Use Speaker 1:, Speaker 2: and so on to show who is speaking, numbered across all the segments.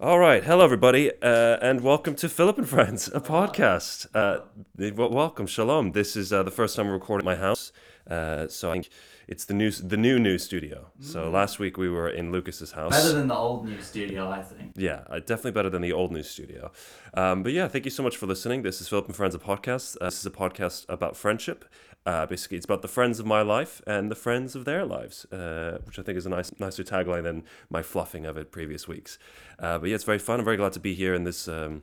Speaker 1: All right, hello everybody, uh, and welcome to Philip and Friends, a podcast. Uh, w- welcome, shalom. This is uh, the first time we're recording at my house, uh, so I think it's the new, the new new studio. So last week we were in Lucas's house.
Speaker 2: Better than the old new studio, I think.
Speaker 1: yeah, uh, definitely better than the old news studio. Um, but yeah, thank you so much for listening. This is Philip and Friends, a podcast. Uh, this is a podcast about friendship. Uh, basically, it's about the friends of my life and the friends of their lives, uh, which I think is a nice, nicer tagline than my fluffing of it previous weeks. Uh, but yeah, it's very fun. I'm very glad to be here in this um,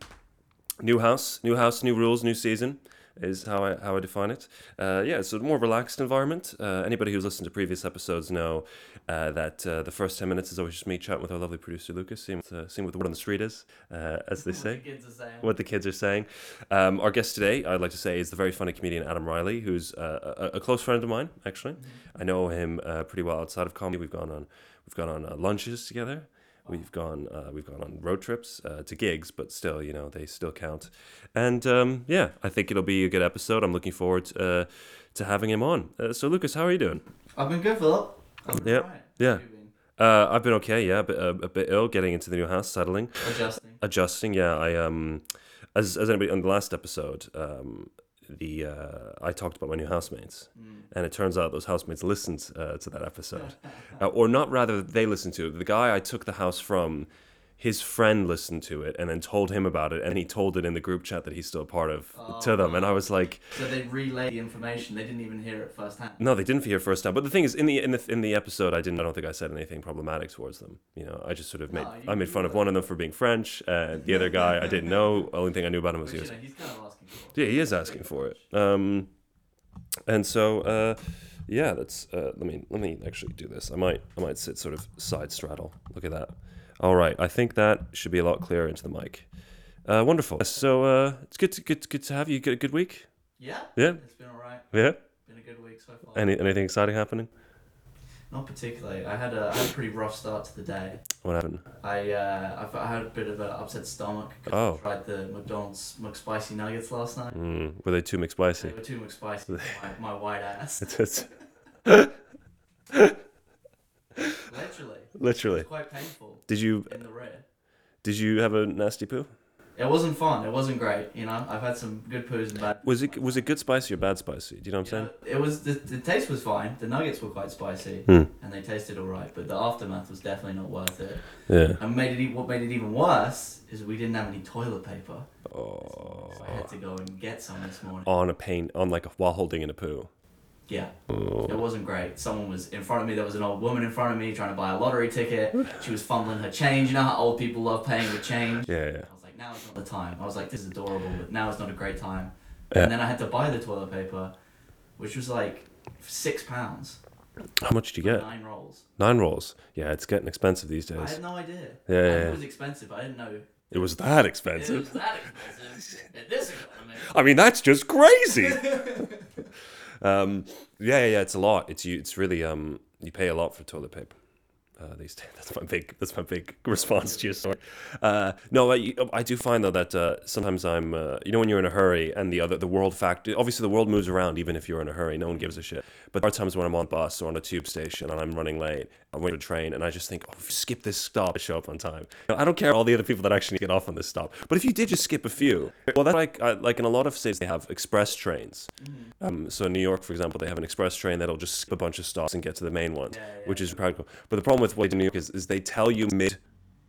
Speaker 1: new house, new house, new rules, new season is how I how I define it. Uh, yeah, it's a more relaxed environment. Uh, anybody who's listened to previous episodes know uh, that uh, the first ten minutes is always just me chatting with our lovely producer Lucas, seeing what, uh, seeing what the word on the street is, uh, as they say
Speaker 2: Kids are saying.
Speaker 1: what the kids are saying. Um, our guest today, I'd like to say, is the very funny comedian Adam Riley, who's uh, a, a close friend of mine. Actually,
Speaker 2: Mm.
Speaker 1: I know him uh, pretty well outside of comedy. We've gone on, we've gone on uh, lunches together. We've gone, uh, we've gone on road trips uh, to gigs, but still, you know, they still count. And um, yeah, I think it'll be a good episode. I'm looking forward uh, to having him on. Uh, so, Lucas, how are you doing?
Speaker 2: I've been good, Philip. I've been
Speaker 1: Yep,
Speaker 2: fine.
Speaker 1: yeah.
Speaker 2: You've been
Speaker 1: Uh, I've been okay, yeah, but uh, a bit ill, getting into the new house, settling.
Speaker 2: Adjusting.
Speaker 1: adjusting. Yeah, I um, as as anybody on the last episode, um, the uh, I talked about my new housemates,
Speaker 2: Mm.
Speaker 1: and it turns out those housemates listened uh, to that episode, uh, or not rather they listened to it. The guy I took the house from. His friend listened to it and then told him about it, and he told it in the group chat that he's still a part of to them. And I was like,
Speaker 2: So they relay the information. They didn't even hear it firsthand.
Speaker 1: no, they didn't hear first time. But the thing is, in the in the in the episode, I didn't. I don't think I said anything problematic towards them. You know, I just sort of made
Speaker 2: No, you-
Speaker 1: I made fun of one of them for being French, and the other guy I didn't know. Only thing I knew about him was
Speaker 2: Which,
Speaker 1: he
Speaker 2: you
Speaker 1: was
Speaker 2: know, he's kind of asking for.
Speaker 1: yeah, he is asking for it. Um, and so, uh, yeah, that's. Uh, let me let me actually do this. I might I might sit sort of side straddle. Look at that. All right, I think that should be a lot clearer into the mic. Uh, wonderful. So uh, it's good to good good to have you. You Get a good week.
Speaker 2: Yeah?
Speaker 1: Yeah,
Speaker 2: It's been alright.
Speaker 1: yeah.
Speaker 2: Been a good week so far.
Speaker 1: Any anything exciting happening?
Speaker 2: Not particularly. I had, a, I had a pretty rough start to the day.
Speaker 1: What happened?
Speaker 2: I uh, I've, I had a bit of an upset stomach. 'cause
Speaker 1: Oh.
Speaker 2: I tried the McDonald's McSpicy nuggets last night.
Speaker 1: Mm, were they too
Speaker 2: They
Speaker 1: McSpicy?
Speaker 2: were too McSpicy for my, my white ass.
Speaker 1: It's, it's
Speaker 2: Literally.
Speaker 1: literally.
Speaker 2: It's quite painful
Speaker 1: Did you
Speaker 2: in the rear.
Speaker 1: did you have a nasty poo?
Speaker 2: It wasn't fun. It wasn't great. You know, I've had some good poos and bad.
Speaker 1: Was it was it good spicy or bad spicy? Do you know what I'm
Speaker 2: You
Speaker 1: saying?
Speaker 2: know, it was the, the taste was fine. The nuggets were quite spicy,
Speaker 1: Hmm.
Speaker 2: and they tasted all right. But the aftermath was definitely not worth it.
Speaker 1: Hmm, Yeah.
Speaker 2: And made it e- what made it even worse is we didn't have any toilet paper,
Speaker 1: Oh.
Speaker 2: so I had to go and get some this morning.
Speaker 1: on a paint on like while holding in a poo.
Speaker 2: Yeah, it wasn't great. Someone was in front of me. There was an old woman in front of me trying to buy a lottery ticket. She was fumbling her change. You know how old people love paying with change.
Speaker 1: Yeah, yeah.
Speaker 2: I was like, now is not the time. I was like, this is adorable, but now is not a great time.
Speaker 1: Yeah.
Speaker 2: And then I had to buy the toilet paper, which was like six pounds,
Speaker 1: How much did you get?
Speaker 2: nine rolls.
Speaker 1: Nine rolls. Yeah, it's getting expensive these
Speaker 2: I
Speaker 1: days.
Speaker 2: had no idea.
Speaker 1: Yeah,
Speaker 2: I
Speaker 1: yeah,
Speaker 2: knew
Speaker 1: yeah.
Speaker 2: It was expensive. I didn't know
Speaker 1: It was that
Speaker 2: it was
Speaker 1: expensive.
Speaker 2: that expensive at this economy.
Speaker 1: I mean, that's just crazy. um, yeah, yeah, yeah. It's a lot. It's you. It's really um, you pay a lot for toilet paper. Uh, these days. That's my big. That's my big response to your story. Uh, no, I, I do find though that uh, sometimes I'm. Uh, you know, when you're in a hurry and the other the world fact. Obviously, the world moves around even if you're in a hurry. No one gives a shit. But there are times when I'm on a bus or on a tube station and I'm running late. I'm waiting for a train and I just think, oh, skip this stop. I show up on time. You know, I don't care all the other people that actually get off on this stop. But if you did just skip a few, well, that's like I, like in a lot of cities they have express trains. Um, so in New York, for example, they have an express train that'll just skip a bunch of stops and get to the main one,
Speaker 2: yeah,
Speaker 1: which is practical. But the problem with what they do in New York is, is they tell you mid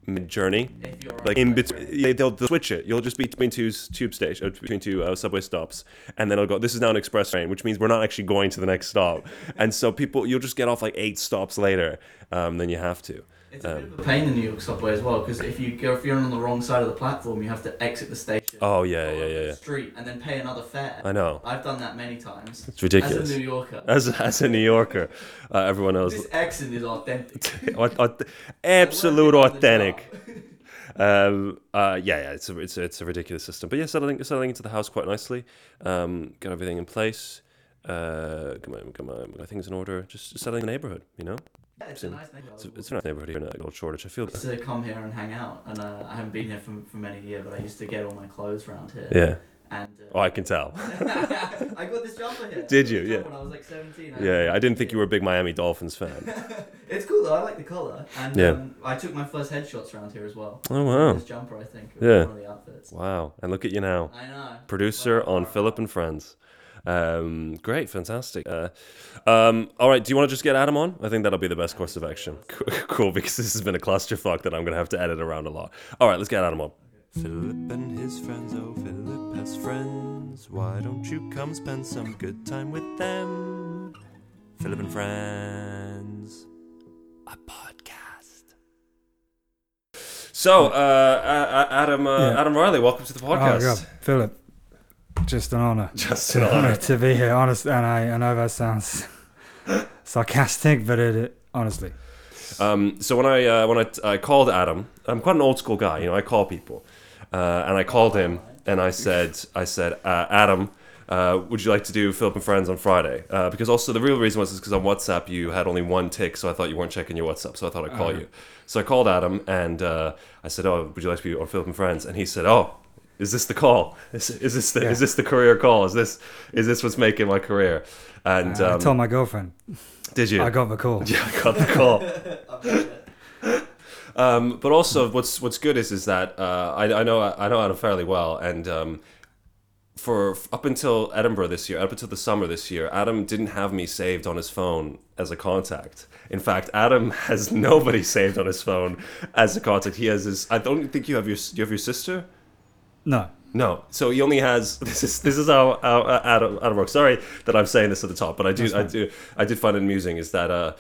Speaker 1: mid journey,
Speaker 2: If you're
Speaker 1: like in between, they, they'll, they'll switch it. You'll just be between two s- tube station, uh, between two uh, subway stops, and then it'll go. This is now an express train, which means we're not actually going to the next stop. and so people, you'll just get off like eight stops later um, than you have to.
Speaker 2: It's a bit
Speaker 1: Um,
Speaker 2: of a pain in New York subway as well because if you go if you're on the wrong side of the platform, you have to exit the station,
Speaker 1: Oh yeah, yeah,
Speaker 2: go up
Speaker 1: yeah,
Speaker 2: the
Speaker 1: yeah.
Speaker 2: street, and then pay another fare.
Speaker 1: I know.
Speaker 2: I've done that many times.
Speaker 1: It's ridiculous.
Speaker 2: As a New Yorker,
Speaker 1: As as a New Yorker, uh, everyone else.
Speaker 2: this accent is authentic.
Speaker 1: Aut- aut- absolute
Speaker 2: I learned it on the
Speaker 1: authentic. Um, uh, yeah, yeah, it's a, it's a, it's a ridiculous system, but yeah, settling settling into the house quite nicely. Um, got everything in place. Uh, got my got my, my things in order. Just settling in the neighborhood, you know.
Speaker 2: Yeah, it's a nice neighborhood.
Speaker 1: It's a, it's a nice neighborhood here in uh, Old Shoreditch. I feel.
Speaker 2: I used to come here and hang out, and uh, I haven't been here for, for many years, but I used to get all my clothes round here.
Speaker 1: Yeah,
Speaker 2: And
Speaker 1: Oh, I can tell.
Speaker 2: uh, I got this jumper here.
Speaker 1: Did you?
Speaker 2: Jumper
Speaker 1: Yeah.
Speaker 2: When I was like 17. I-
Speaker 1: Yeah, yeah, I didn't think you were a big Miami Dolphins fan.
Speaker 2: It's cool though. I like the color. And
Speaker 1: Yeah.
Speaker 2: um, I took my first headshots around here as well.
Speaker 1: Oh wow,
Speaker 2: This jumper, I think. It was
Speaker 1: Yeah.
Speaker 2: One of the outfits.
Speaker 1: wow! And look at you now,
Speaker 2: I know.
Speaker 1: producer
Speaker 2: Wow.
Speaker 1: on Philip and Friends. Um, great, fantastic. Uh, um, all right, do you want to just get Adam on? I think that'll be the best course of action. Cool, because this has been a clusterfuck that I'm gonna have to edit around a lot. All right, let's get Adam on.
Speaker 3: Philip and his friends, oh, Philip has friends. Why don't you come spend some good time with them? Philip and Friends, a podcast.
Speaker 1: So, uh, A- A- Adam, uh,
Speaker 4: Yeah.
Speaker 1: Adam Riley, welcome to the
Speaker 4: Oh, God.
Speaker 1: podcast.
Speaker 4: Philip, just an honor.
Speaker 1: Just
Speaker 4: An
Speaker 1: an
Speaker 4: honor
Speaker 1: honor.
Speaker 4: to be here. Honest, and I, I know that sounds sarcastic, but it, it honestly,
Speaker 1: Um, so when I uh, when I, I called Adam, I'm quite an old school guy. You know, I call people, uh, and I called him and I said, I said, uh, Adam. Uh, would you like to do Philip and Friends on Friday? Uh, because also the real reason was because on WhatsApp you had only one tick, so I thought you weren't checking your WhatsApp, so I thought I'd call
Speaker 4: Uh-huh.
Speaker 1: you. So I called Adam and uh, I said, "Oh, would you like to be on Philip and Friends?" And he said, "Oh, is this the call? Is, is this the, is this the career call? Is this is this what's making my career?" And
Speaker 4: Uh, I
Speaker 1: um,
Speaker 4: told my girlfriend
Speaker 1: did you?
Speaker 4: I got the call.
Speaker 1: Yeah, I got the call. um, but also, what's what's good is is that uh, I, I know I know Adam fairly well, and um, for up until Edinburgh this year, up until the summer this year, Adam didn't have me saved on his phone as a contact. In fact, Adam has nobody saved on his phone as a contact. He has his. I don't think you have your you have your sister.
Speaker 4: No,
Speaker 1: No, so he only has this is this is how, how uh, Adam Adam works. Sorry that I'm saying this at the top, but I do I do I did find it amusing is that uh,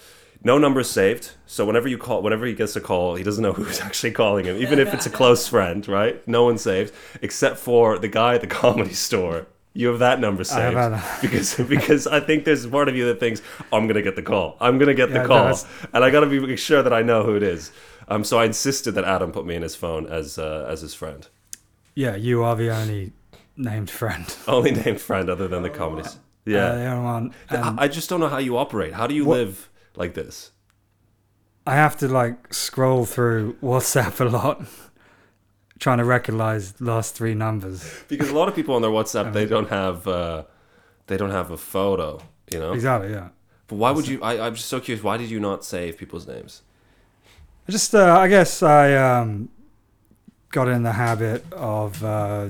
Speaker 1: no number is saved. So whenever you call, whenever he gets a call, he doesn't know who's actually calling him, even if it's a close friend, right? No one's saved except for the guy at the comedy store. You have that number saved
Speaker 4: have that.
Speaker 1: because because I think there's part of you that thinks I'm gonna get the call, I'm gonna get the
Speaker 4: Yeah, no,
Speaker 1: call,
Speaker 4: that's-
Speaker 1: and I gotta be sure that I know who it is. Um, so I insisted that Adam put me in his phone as uh, as his friend.
Speaker 4: yeah, you are the only named friend.
Speaker 1: Only named friend other than the comedies.
Speaker 4: Uh, um,
Speaker 1: Yeah.
Speaker 4: the only one.
Speaker 1: I
Speaker 4: And
Speaker 1: I just don't know how you operate. How do you live like this?
Speaker 4: I have to like scroll through WhatsApp a lot, trying to recognize last three numbers.
Speaker 1: Because a lot of people on their WhatsApp they don't have uh, they don't have a photo, you know.
Speaker 4: Exactly. Yeah.
Speaker 1: But why would you I, I'm just so curious, why did you not save people's names?
Speaker 4: I just uh, I guess I um, got in the habit of uh,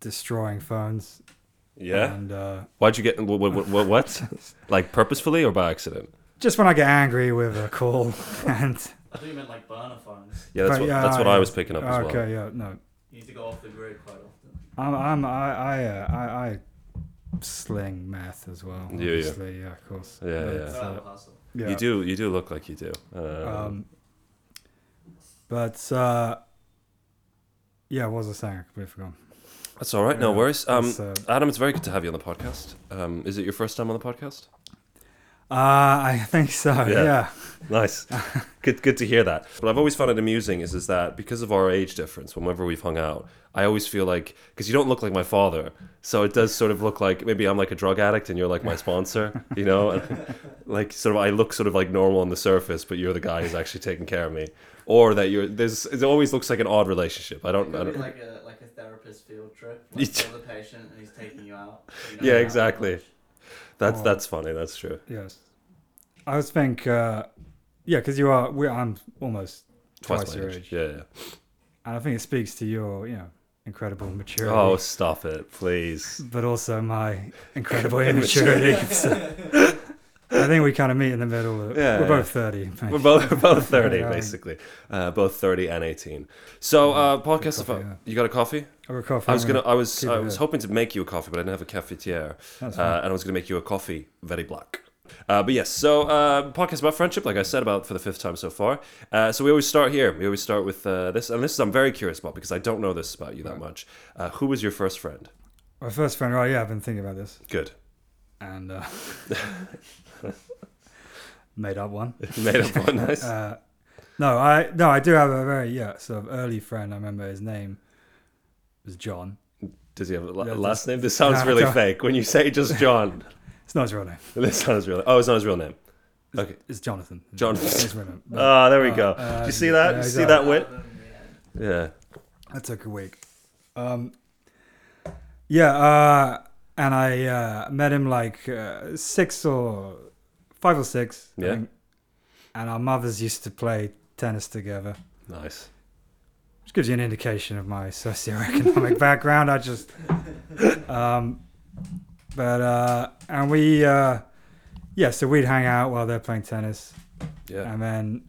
Speaker 4: destroying phones.
Speaker 1: Yeah.
Speaker 4: And uh,
Speaker 1: Why'd you get what what, what, what? like purposefully or by accident?
Speaker 4: just when I get angry with a call and
Speaker 2: I thought you meant like burner phones.
Speaker 1: Yeah, that's
Speaker 4: But
Speaker 1: what
Speaker 4: yeah,
Speaker 1: that's what I
Speaker 4: yeah.
Speaker 1: was picking up as
Speaker 4: okay,
Speaker 1: well.
Speaker 4: yeah, no,
Speaker 2: You need to go off the grid quite often.
Speaker 4: I'm I'm I I uh, I, I sling meth as well.
Speaker 1: Yeah, yeah.
Speaker 4: obviously, yeah, of course.
Speaker 1: Yeah,
Speaker 4: But,
Speaker 1: yeah.
Speaker 2: It's
Speaker 1: That's
Speaker 2: a
Speaker 4: uh,
Speaker 2: real hustle.
Speaker 4: yeah.
Speaker 1: You do you do look like you do. Um,
Speaker 4: Um, but uh, yeah, what was I saying? I completely forgot.
Speaker 1: that's all right, no
Speaker 4: yeah,
Speaker 1: worries. Um,
Speaker 4: it's, uh,
Speaker 1: Adam, it's very good to have you on the podcast. Um, is it your first time on the podcast?
Speaker 4: Uh, I think so.
Speaker 1: Yeah.
Speaker 4: Yeah.
Speaker 1: Nice. good good to hear that. But I've always found it amusing is is that because of our age difference, whenever we've hung out, I always feel like because you don't look like my father, so it does sort of look like maybe I'm like a drug addict and you're like my sponsor, you know, And, like sort of I look sort of like normal on the surface, but you're the guy who's actually taking care of me, or that you're there's it always looks like an odd relationship. I don't. I
Speaker 2: It'd be
Speaker 1: don't
Speaker 2: like a like a therapist field trip. Like
Speaker 1: Yeah.
Speaker 2: you're the patient and he's taking you out. so you don't
Speaker 1: yeah,
Speaker 2: have to
Speaker 1: exactly.
Speaker 2: watch.
Speaker 1: That's
Speaker 4: Oh.
Speaker 1: that's funny. That's true.
Speaker 4: Yes. I was think. Uh, yeah, because you are. We. I'm almost
Speaker 1: Twice,
Speaker 4: twice,
Speaker 1: my
Speaker 4: your
Speaker 1: age.
Speaker 4: age.
Speaker 1: Yeah, yeah.
Speaker 4: and I think it speaks to your, you know, incredible maturity.
Speaker 1: Oh, stop it, please.
Speaker 4: but also my incredible immaturity. so- I think we kind of meet in the middle. Of,
Speaker 1: Yeah,
Speaker 4: we're both
Speaker 1: yeah.
Speaker 4: 30.
Speaker 1: We're both we're both thirty,
Speaker 4: Yeah.
Speaker 1: basically, uh, both thirty and eighteen. So uh, podcast. if I-
Speaker 4: coffee, yeah.
Speaker 1: You got a coffee?
Speaker 4: I recall
Speaker 1: I was gonna. I was.
Speaker 4: keep
Speaker 1: I
Speaker 4: it
Speaker 1: was
Speaker 4: there.
Speaker 1: hoping to make you a coffee, but I didn't have a cafetiere, uh,
Speaker 4: That's
Speaker 1: and I
Speaker 4: fine.
Speaker 1: was gonna make you a coffee, very black. Uh, but yes, so uh, podcast about friendship, like I said, about for the fifth time so far. Uh, so we always start here. We always start with uh, this, and this is I'm very curious about because I don't know this about you that much. Uh, who was your first friend?
Speaker 4: My first friend, right? Yeah, I've been thinking about this
Speaker 1: Good,
Speaker 4: and uh, made up one.
Speaker 1: made up one. Nice.
Speaker 4: Uh, no, I no, I do have a very yeah sort of early friend. I remember his name was John.
Speaker 1: Does he have a la-
Speaker 4: yeah,
Speaker 1: last name? This sounds
Speaker 4: Nah,
Speaker 1: really
Speaker 4: John.
Speaker 1: fake when you say just John.
Speaker 4: It's not his real name.
Speaker 1: this sounds real. Oh, it's not his real name. Okay.
Speaker 4: It's Jonathan.
Speaker 1: Jonathan.
Speaker 4: It's his real name. But
Speaker 1: Ah, there we go.
Speaker 4: uh,
Speaker 1: Did you see that?
Speaker 4: yeah,
Speaker 1: you see
Speaker 4: exactly.
Speaker 1: that wit?
Speaker 2: Rather than the end.
Speaker 1: Yeah.
Speaker 4: That took a week. Um, Yeah, uh, and I uh, met him like uh, six or five or six. I
Speaker 1: Yeah.
Speaker 4: think. And our mothers used to play tennis together,
Speaker 1: Nice.
Speaker 4: which gives you an indication of my socioeconomic background. I just, um, but uh, and we, uh, yeah, so we'd hang out while they're playing tennis,
Speaker 1: Yeah.
Speaker 4: and then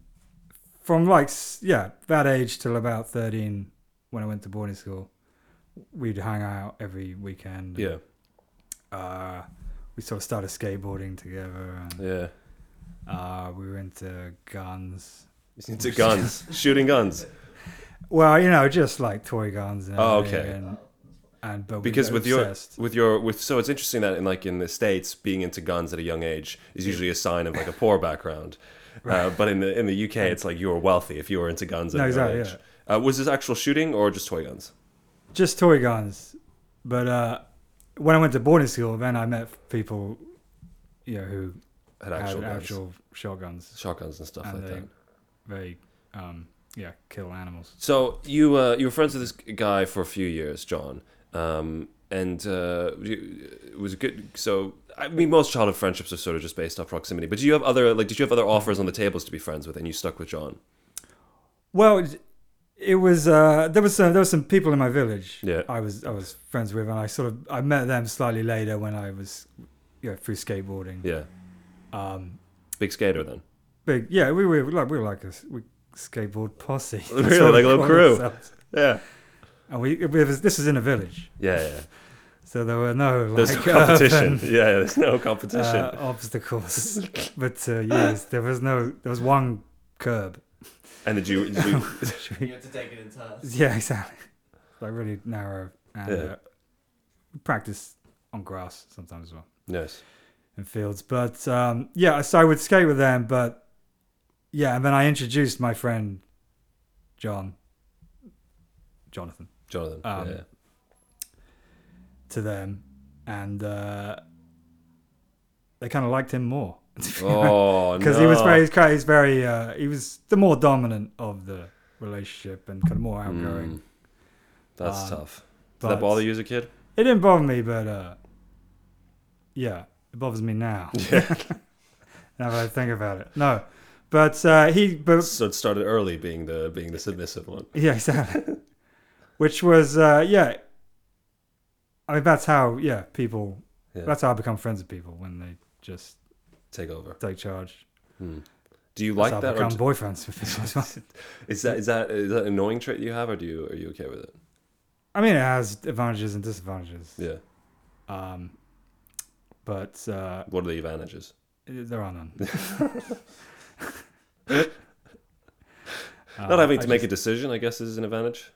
Speaker 4: from like s- yeah that age till about thirteen, when I went to boarding school, we'd hang out every weekend.
Speaker 1: Yeah.
Speaker 4: uh, we sort of started skateboarding together and
Speaker 1: Yeah.
Speaker 4: uh, we were into guns.
Speaker 1: He's into guns, shooting guns.
Speaker 4: Well, you know, just like toy guns. And
Speaker 1: Oh,
Speaker 4: everything
Speaker 1: okay.
Speaker 4: And, and but we
Speaker 1: Because
Speaker 4: were
Speaker 1: with your
Speaker 4: obsessed.
Speaker 1: with your with so it's interesting that in like in the states being into guns at a young age is usually a sign of like a poor background, uh, but in the in the UK it's like you were wealthy if you were into guns at
Speaker 4: No,
Speaker 1: a young
Speaker 4: exactly,
Speaker 1: age. Uh, was this actual shooting or just toy guns?
Speaker 4: just toy guns, but uh, when I went to boarding school, then I met people, you know, who
Speaker 1: Had actual
Speaker 4: had
Speaker 1: guns,
Speaker 4: actual shotguns.
Speaker 1: shotguns and stuff
Speaker 4: and
Speaker 1: like
Speaker 4: they-
Speaker 1: that.
Speaker 4: They, um, yeah, kill animals.
Speaker 1: So you uh, you were friends with this guy for a few years, John, um, and uh, you, it was good. So I mean, most childhood friendships are sort of just based off proximity. But do you have other like? Did you have other offers on the tables to be friends with, and you stuck with John?
Speaker 4: Well, it- it was uh, there was some there were some people in my village.
Speaker 1: Yeah.
Speaker 4: I was I was friends with, and I sort of I met them slightly later when I was, you know, through skateboarding.
Speaker 1: Yeah,
Speaker 4: Um,
Speaker 1: big skater then.
Speaker 4: big yeah, we were like we were like a s- we skateboard posse. That's
Speaker 1: Really?
Speaker 4: what we
Speaker 1: Like a little
Speaker 4: called
Speaker 1: crew?
Speaker 4: ourselves.
Speaker 1: Yeah,
Speaker 4: And we it was, this was in a village,
Speaker 1: yeah, yeah.
Speaker 4: so there were no like,
Speaker 1: There's no competition.
Speaker 4: urban,
Speaker 1: yeah, there's no competition.
Speaker 4: uh, obstacles, but uh, yes, there was no there was one curb.
Speaker 1: and did you? Did you
Speaker 2: You have to take it in turns.
Speaker 4: Yeah, exactly. Like really narrow and
Speaker 1: Yeah.
Speaker 4: uh, we practice on grass sometimes as well.
Speaker 1: yes.
Speaker 4: in fields. But um, yeah, so I would skate with them. But yeah, and then I introduced my friend John, Jonathan,
Speaker 1: Jonathan.
Speaker 4: Um,
Speaker 1: yeah.
Speaker 4: to them, and uh, they kind of liked him more
Speaker 1: Oh,
Speaker 4: because he was
Speaker 1: no.
Speaker 4: very, he's quite- he's very, uh, he was the more dominant of the relationship and kind of more outgoing.
Speaker 1: Mm. that's
Speaker 4: Um,
Speaker 1: tough. Did
Speaker 4: but
Speaker 1: that bother you as a kid?
Speaker 4: It didn't bother me, but uh, yeah, it bothers me now.
Speaker 1: Yeah.
Speaker 4: now that I think about it, no. But uh, he, but
Speaker 1: so it started early, being the being the submissive one.
Speaker 4: Yeah, exactly. Which was uh, yeah. I mean that's how yeah people.
Speaker 1: Yeah.
Speaker 4: That's how I become friends with people when they just
Speaker 1: Take over.
Speaker 4: take charge.
Speaker 1: Do you
Speaker 4: That's
Speaker 1: like
Speaker 4: how I
Speaker 1: that? Or
Speaker 4: become
Speaker 1: d-
Speaker 4: boyfriends with people as well.
Speaker 1: is that is that is that an annoying trait you have, or do you are you okay with it?
Speaker 4: I mean it has advantages and disadvantages.
Speaker 1: Yeah.
Speaker 4: Um, but uh,
Speaker 1: What are the advantages?
Speaker 4: there are none. Uh,
Speaker 1: Not having to make a decision, I guess, is an advantage.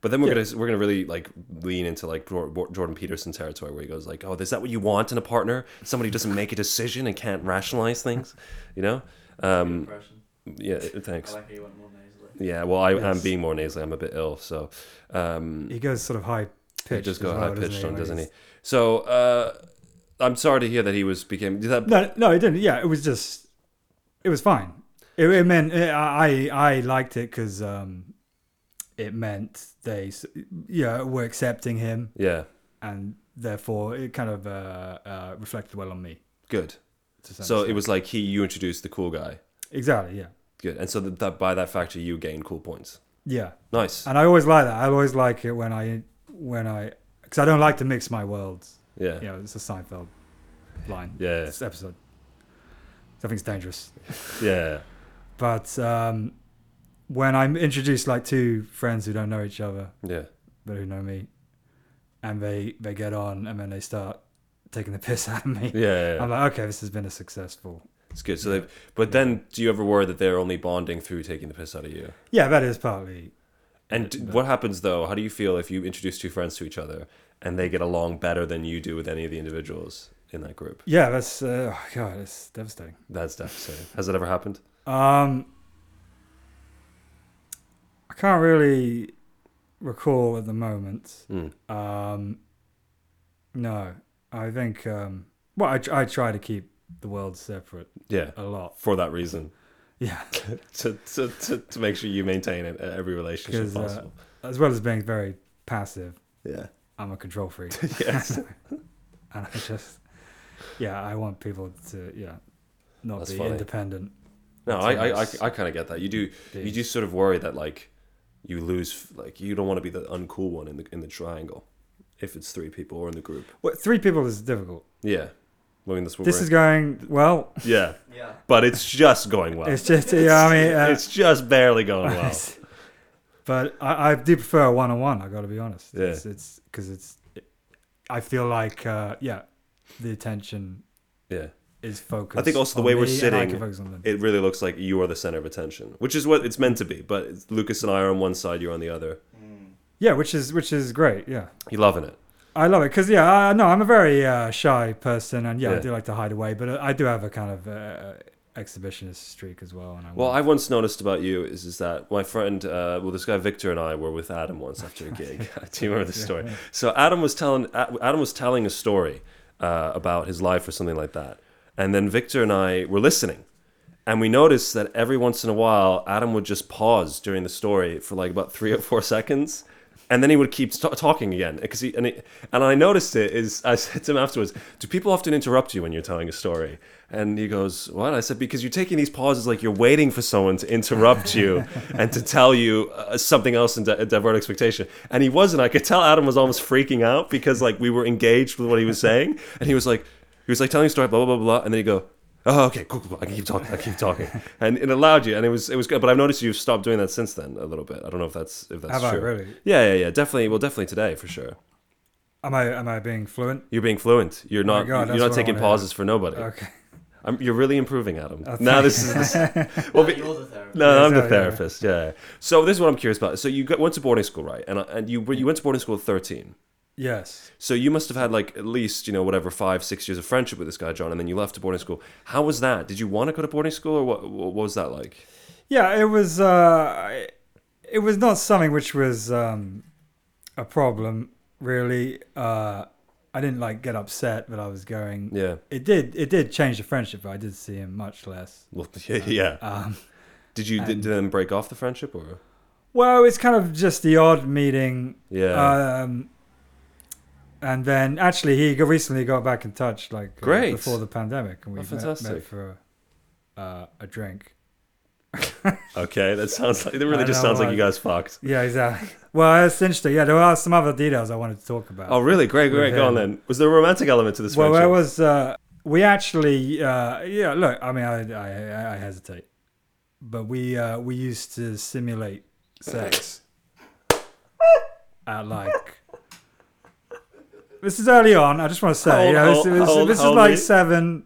Speaker 1: But then we're gonna we're gonna really like lean into like Jor- Jor- Jordan Peterson territory where he goes like, oh, is that what you want in a partner? Somebody who doesn't make a decision and can't rationalize things, you know? Um,
Speaker 2: Impression.
Speaker 1: yeah, thanks.
Speaker 2: I like how you went more nasally.
Speaker 1: Yeah, well, I, I'm
Speaker 4: Yes.
Speaker 1: being more nasally. I'm a bit ill, so um,
Speaker 4: He goes sort of high
Speaker 1: He
Speaker 4: pitched.
Speaker 1: just
Speaker 4: as
Speaker 1: got
Speaker 4: well,
Speaker 1: high pitched on,
Speaker 4: Like,
Speaker 1: doesn't he?
Speaker 4: it's-
Speaker 1: So uh, I'm sorry to hear that he was became. Did that,
Speaker 4: No, no, it didn't. Yeah, it was just. It was fine. It, it meant it, I I I liked it because um, it meant they s- yeah were accepting him
Speaker 1: Yeah,
Speaker 4: and therefore it kind of uh, uh, reflected well on me.
Speaker 1: good.
Speaker 4: to some
Speaker 1: So it
Speaker 4: extent.
Speaker 1: was like he you introduced the cool guy.
Speaker 4: exactly yeah
Speaker 1: Good, and so that, that by that factor you gain cool points.
Speaker 4: yeah,
Speaker 1: Nice.
Speaker 4: and I always like that. I always like it when I when I because I don't like to mix my worlds.
Speaker 1: Yeah.
Speaker 4: You know, it's a Seinfeld line.
Speaker 1: Yeah.
Speaker 4: this episode. I think it's dangerous.
Speaker 1: Yeah.
Speaker 4: But um, when I'm introduced like two friends who don't know each other
Speaker 1: Yeah.
Speaker 4: but who know me, and they they get on and then they start taking the piss out of me.
Speaker 1: Yeah. yeah,
Speaker 4: I'm
Speaker 1: yeah.
Speaker 4: like, okay, this has been a successful.
Speaker 1: It's good. So they but then do you ever worry that they're only bonding through taking the piss out of you?
Speaker 4: Yeah, that is partly.
Speaker 1: And d- what happens though? How do you feel if you introduce two friends to each other and they get along better than you do with any of the individuals in that group?
Speaker 4: Yeah, that's uh, oh god, it's devastating.
Speaker 1: That's devastating. Has that ever happened?
Speaker 4: Um, I can't really recall at the moment.
Speaker 1: Mm.
Speaker 4: Um, no, I think um, well, I tr- I try to keep the world separate
Speaker 1: Yeah.
Speaker 4: a lot.
Speaker 1: For that reason.
Speaker 4: Yeah,
Speaker 1: to, to, to, to make sure you maintain it at every relationship
Speaker 4: 'Cause, uh,
Speaker 1: possible.
Speaker 4: as well as being very passive.
Speaker 1: yeah.
Speaker 4: I'm a control freak.
Speaker 1: yes.
Speaker 4: and I just, yeah, I want people to, yeah, not
Speaker 1: That's
Speaker 4: be
Speaker 1: funny.
Speaker 4: independent.
Speaker 1: No,
Speaker 4: It's
Speaker 1: I, I, I,
Speaker 4: almost-
Speaker 1: I kind of get that. You do, you
Speaker 4: Dude.
Speaker 1: do sort of worry that like you lose, like you don't want to be the uncool one in the in the triangle, if it's three people or in the group.
Speaker 4: Well, three people is difficult.
Speaker 1: Yeah, I mean that's what
Speaker 4: This
Speaker 1: we're
Speaker 4: is going well.
Speaker 1: yeah,
Speaker 2: Yeah.
Speaker 1: but it's just going well.
Speaker 4: It's just, yeah, I mean, uh,
Speaker 1: it's just barely going well.
Speaker 4: but I, I do prefer a one-on-one. I got to be honest.
Speaker 1: Yeah.
Speaker 4: It's it's because it's, I feel like uh, yeah, the attention
Speaker 1: Yeah,
Speaker 4: is focused.
Speaker 1: also the
Speaker 4: on
Speaker 1: way we're
Speaker 4: me, and I
Speaker 1: sitting,
Speaker 4: can focus on them.
Speaker 1: it really looks like you are the center of attention, which is what it's meant to be. But it's- Lucas and I are on one side, you're on the other. Hmm.
Speaker 4: yeah, which is which is great. Yeah.
Speaker 1: You're loving it.
Speaker 4: I love it because yeah, uh, no, I'm a very uh, shy person, and yeah, I
Speaker 1: Yeah.
Speaker 4: do like to hide away, but uh, I do have a kind of uh, exhibitionist streak as well. And I
Speaker 1: Well,
Speaker 4: want-
Speaker 1: I once noticed about you is is that my friend, uh, well, this guy Victor and I were with Adam once after a gig. Do you remember this story? So Adam was telling A- Adam was telling a story uh, about his life or something like that, and then Victor and I were listening, and we noticed that every once in a while Adam would just pause during the story for like about three or four seconds. And then he would keep st- talking again because he and, he and I noticed it is I said to him afterwards, "Do people often interrupt you when you're telling a story?" And he goes, "What?" I said, "Because you're taking these pauses like you're waiting for someone to interrupt you and to tell you uh, something else and di- divert expectation." And he wasn't. I could tell Adam was almost freaking out because like we were engaged with what he was saying, and he was like, he was like telling a story, blah blah blah blah, and then he would go, Oh, okay, cool, cool, cool. I can keep talking. I can keep talking, and it allowed you, and it was it was good. But I've noticed you've stopped doing that since then a little bit. I don't know if that's if that's
Speaker 4: Have I
Speaker 1: true.
Speaker 4: really?
Speaker 1: Yeah, yeah, yeah. Definitely. Well, definitely today for sure.
Speaker 4: am I am I being fluent?
Speaker 1: You're being fluent. You're
Speaker 4: Oh my
Speaker 1: not.
Speaker 4: God, that's
Speaker 1: you're
Speaker 4: what
Speaker 1: not
Speaker 4: I
Speaker 1: taking
Speaker 4: wanna hear.
Speaker 1: pauses for nobody.
Speaker 4: Okay,
Speaker 1: I'm, you're really improving, Adam.
Speaker 4: Oh,
Speaker 1: now this is this, well,
Speaker 2: Well,
Speaker 1: be-
Speaker 2: you're the therapist.
Speaker 1: no,
Speaker 4: Yeah,
Speaker 1: I'm the
Speaker 4: sorry, yeah.
Speaker 1: therapist. Yeah. So this is what I'm curious about. So you got, went to boarding school, right? And I- and you were- you went to boarding school at 13.
Speaker 4: yes.
Speaker 1: So you must have had like at least you know whatever five six years of friendship with this guy John, and then you left to boarding school. How was that? Did you want to go to boarding school, or what? What was that like?
Speaker 4: Yeah, it was. Uh, it was not something which was um, a problem really. Uh, I didn't like get upset that I was going.
Speaker 1: Yeah.
Speaker 4: It did. It did change the friendship. But I did see him much less.
Speaker 1: Well, yeah. yeah.
Speaker 4: Um,
Speaker 1: did you did, did them break off the friendship or?
Speaker 4: well, it's kind of just the odd meeting
Speaker 1: Yeah.
Speaker 4: Um, and then actually, he got, recently got back in touch, like uh,
Speaker 1: Great.
Speaker 4: before the pandemic, and we
Speaker 1: Oh,
Speaker 4: met, met
Speaker 1: fantastic.
Speaker 4: for uh, a drink.
Speaker 1: okay, that sounds like that
Speaker 4: I
Speaker 1: really just
Speaker 4: know,
Speaker 1: sounds like
Speaker 4: like-
Speaker 1: you guys fucked.
Speaker 4: Yeah, exactly. well, that's interesting. Yeah, there are some other details I wanted to talk about.
Speaker 1: Oh, really? Great,
Speaker 4: With
Speaker 1: great. Go on
Speaker 4: him.
Speaker 1: then. Was there a romantic element to this
Speaker 4: well,
Speaker 1: friendship?
Speaker 4: there was. Uh, we actually, uh, yeah. Look, I mean, I, I, I hesitate, but we uh, we used to simulate sex at like. This is early on. I just want to say,
Speaker 1: How
Speaker 4: you know,
Speaker 1: old-
Speaker 4: this, this-
Speaker 1: how old-
Speaker 4: this
Speaker 1: how
Speaker 4: is
Speaker 1: old
Speaker 4: like
Speaker 1: were you?
Speaker 4: seven,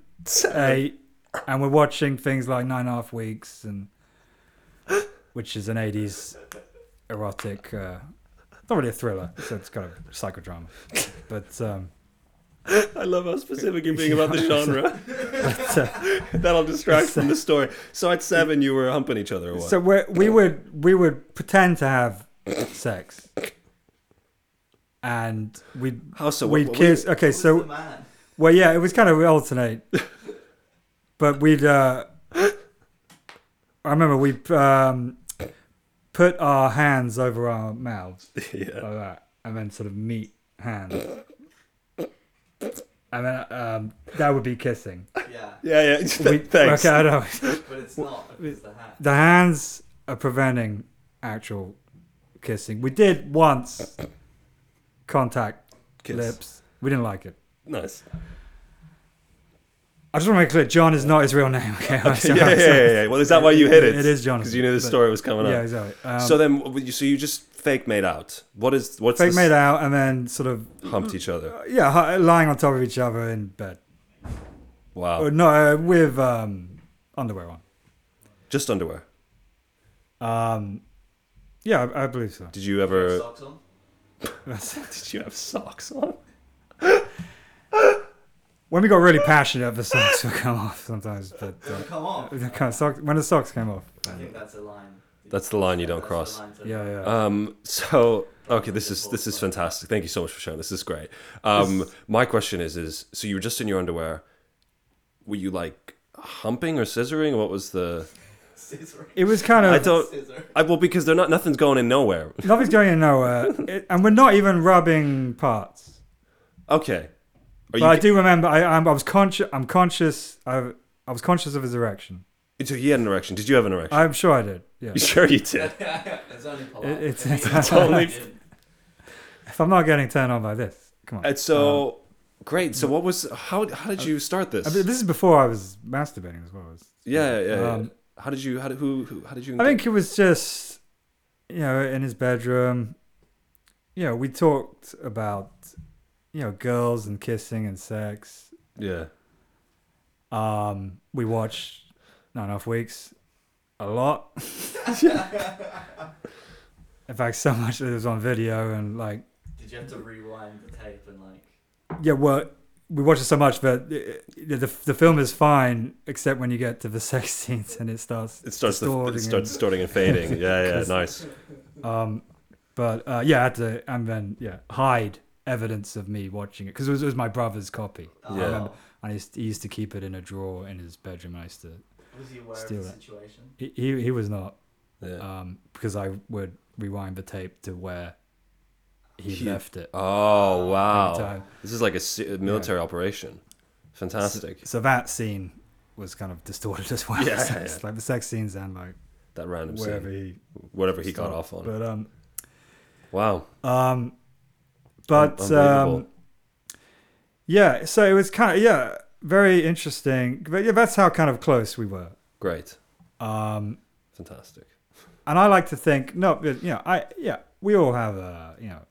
Speaker 4: eight, and we're watching things like Nine and a Half Weeks, and which is an '80s erotic, uh, not really a thriller, so it's kind of psychodrama, but. Um,
Speaker 1: I love how specific you're being about the genre.
Speaker 4: but, uh,
Speaker 1: That'll distract from the story. So at seven, you were humping each other, or what?
Speaker 4: So we we would we would pretend to have sex, and we'd
Speaker 1: how so? What-
Speaker 4: we'd
Speaker 1: what-
Speaker 4: kiss. okay,
Speaker 2: Who's the
Speaker 4: so
Speaker 2: man?
Speaker 4: well, yeah, it was kind of we alternate, but we'd. Uh, I remember we um, put our hands over our mouths
Speaker 1: yeah.
Speaker 4: like that, and then sort of meet hands, and then um, that would be kissing.
Speaker 2: Yeah,
Speaker 1: Yeah, yeah.
Speaker 4: We-
Speaker 1: Thanks.
Speaker 4: Okay, I don't.
Speaker 2: but it's not because the hat.
Speaker 4: the hands are preventing actual kissing. We did once contact
Speaker 1: Kiss.
Speaker 4: lips. We didn't like it.
Speaker 1: Nice.
Speaker 4: I just want to make clear, John is not his real name. Okay,
Speaker 1: Yeah, yeah, yeah, yeah. Well, is that why you hit it?
Speaker 4: It is Jonathan,
Speaker 1: Because you knew this
Speaker 4: but-
Speaker 1: story was coming
Speaker 4: yeah,
Speaker 1: up.
Speaker 4: exactly. Um,
Speaker 1: So then, what would you- so you just fake made out. What is what's
Speaker 4: fake
Speaker 1: this
Speaker 4: made out and then sort of
Speaker 1: humped each other?
Speaker 4: yeah, hi- lying on top of each other in bed.
Speaker 1: Wow.
Speaker 4: Or no, uh, with um, underwear on.
Speaker 1: Just underwear.
Speaker 4: Um, yeah, I, I believe so.
Speaker 1: Did you ever?
Speaker 2: Socks on.
Speaker 1: Did you have socks on?
Speaker 4: When we got really passionate, the socks would come off sometimes. But uh,
Speaker 2: Come on.
Speaker 4: the kind of socks, when the socks came off,
Speaker 2: I think that's a line.
Speaker 1: That's the line you don't
Speaker 2: That's the
Speaker 1: cross.
Speaker 2: line to-
Speaker 4: yeah, yeah.
Speaker 1: Um, so okay, this is this is fantastic. Thank you so much for sharing. This is great. Um, my question is is so you were just in your underwear. Were you like humping or scissoring? What was the
Speaker 2: Scissoring.
Speaker 4: It was kind of
Speaker 1: I don't.
Speaker 2: Scissor.
Speaker 1: I, well, because they're not. Nothing's going in nowhere.
Speaker 4: nothing's going in nowhere, it, and we're not even rubbing parts.
Speaker 1: Okay. Are
Speaker 4: But I
Speaker 1: you,
Speaker 4: do remember I, I'm, I was conscious. I'm conscious. I, I was conscious of his erection.
Speaker 1: so he had an erection. Did you have an erection?
Speaker 4: I'm sure I did. Yeah.
Speaker 1: You sure you did.
Speaker 2: it's only polite.
Speaker 4: It- it's-
Speaker 2: If you
Speaker 4: it's
Speaker 2: don't,
Speaker 1: only-
Speaker 2: you didn't.
Speaker 4: If I'm not getting turned on by this, come on. Um,
Speaker 1: And so great. So what was how how did you start this?
Speaker 4: uh, I mean, this is before I was masturbating as well. It's-
Speaker 1: yeah, yeah. yeah.
Speaker 4: um,
Speaker 1: how did you how did, who, who how did you?
Speaker 4: I think it was just, you know, in his bedroom. You know, we talked about, you know, girls and kissing and sex.
Speaker 1: yeah.
Speaker 4: Um, we watched Nine and a Half Weeks a lot. in fact, so much that it was on video and like,
Speaker 2: Did you have to rewind the tape and like?
Speaker 4: yeah, well, we watched it so much that the, the the film is fine except when you get to the sex scenes and it starts
Speaker 1: It starts the,
Speaker 4: distorting
Speaker 1: it
Speaker 4: and-
Speaker 1: starts distorting and fading. Yeah, yeah.
Speaker 4: 'Cause-
Speaker 1: nice.
Speaker 4: Um, but uh, yeah, I had to, and then yeah, hide evidence of me watching it because it was, it was my brother's copy.
Speaker 2: Oh,
Speaker 1: Yeah.
Speaker 4: remember. I used, he used to keep it in a drawer in his bedroom. I used to.
Speaker 2: Was he aware
Speaker 4: Steal
Speaker 2: of the
Speaker 4: it.
Speaker 2: situation?
Speaker 4: He he, he was not
Speaker 1: Yeah.
Speaker 4: um, because I would rewind the tape to where he,
Speaker 1: He-
Speaker 4: left it.
Speaker 1: Oh wow!
Speaker 4: Uh, time.
Speaker 1: This is like a se- a military operation. Fantastic.
Speaker 4: So that scene was kind of distorted as well.
Speaker 1: Yeah,
Speaker 4: So
Speaker 1: yeah.
Speaker 4: it's like the sex scenes and like
Speaker 1: That random
Speaker 4: wherever
Speaker 1: scene,
Speaker 4: he
Speaker 1: whatever he got
Speaker 4: stopped.
Speaker 1: off on.
Speaker 4: But um,
Speaker 1: wow.
Speaker 4: Um, but
Speaker 1: Un-
Speaker 4: um,
Speaker 1: unbelievable.
Speaker 4: yeah, so it was kind of yeah, very interesting. But yeah, that's how kind of close we were.
Speaker 1: Great.
Speaker 4: Um,
Speaker 1: Fantastic.
Speaker 4: and I like to think no, but you know, I yeah, we all have a you know,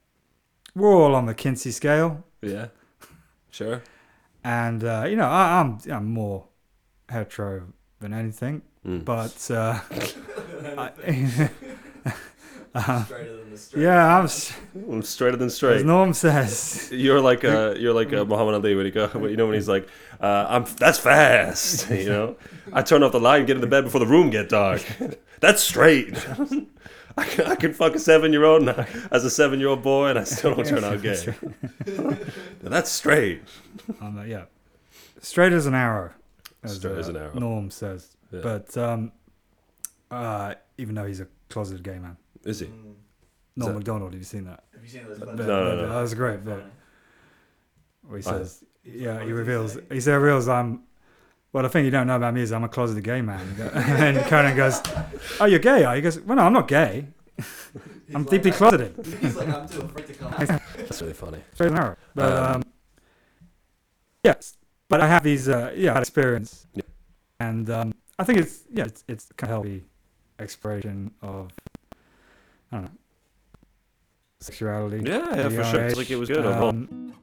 Speaker 4: we're all on the Kinsey scale,
Speaker 1: Yeah. Sure.
Speaker 4: and uh, you know, I, I'm I'm more hetero than anything,
Speaker 1: Mm.
Speaker 4: but uh, I,
Speaker 2: Straighter than the straight.
Speaker 4: yeah, I'm s-
Speaker 1: I'm Hmm. straighter than
Speaker 4: as
Speaker 1: straight.
Speaker 4: Norm says.
Speaker 1: You're like uh you're like
Speaker 4: Mm.
Speaker 1: uh Muhammad Ali when he go you know when he's like uh, I'm that's fast you know I turn off the light and get in the bed before the room get dark that's straight I can, I can fuck a seven year old as a seven year old boy and I still don't turn out gay Now that's straight
Speaker 4: I'm like, yeah, straight as an arrow. As,
Speaker 1: Straight as
Speaker 4: uh,
Speaker 1: an arrow.
Speaker 4: Norm says,
Speaker 1: Yeah.
Speaker 4: but um, uh, even though he's a closeted gay man,
Speaker 1: is he
Speaker 2: Mm.
Speaker 4: Norm
Speaker 1: So-
Speaker 4: McDonald. Have you seen that?
Speaker 2: Have you seen those?
Speaker 1: No, no, no.
Speaker 4: That was great. But
Speaker 2: Funny.
Speaker 4: he says, yeah,
Speaker 2: What does
Speaker 4: he
Speaker 2: he
Speaker 4: reveals.
Speaker 2: say?
Speaker 4: He said, reveals I'm. Well, the thing you don't know about me is I'm a closeted gay man. and Conan goes, "Oh, you're gay, are you?" He goes, "Well, no, I'm not gay.
Speaker 2: He's
Speaker 4: I'm
Speaker 2: like, uh,
Speaker 4: deeply closeted."
Speaker 2: He's like, I'm too afraid to come. out."
Speaker 1: that's really funny
Speaker 4: Straight as an arrow. But
Speaker 1: Um,
Speaker 4: um, yes, but I have these uh, yeah I had experience,
Speaker 1: Yeah.
Speaker 4: and um, I think it's yeah it's it's kind of healthy exploration of I don't know sexuality.
Speaker 1: yeah yeah for sure it's like it was good overall.
Speaker 4: Um,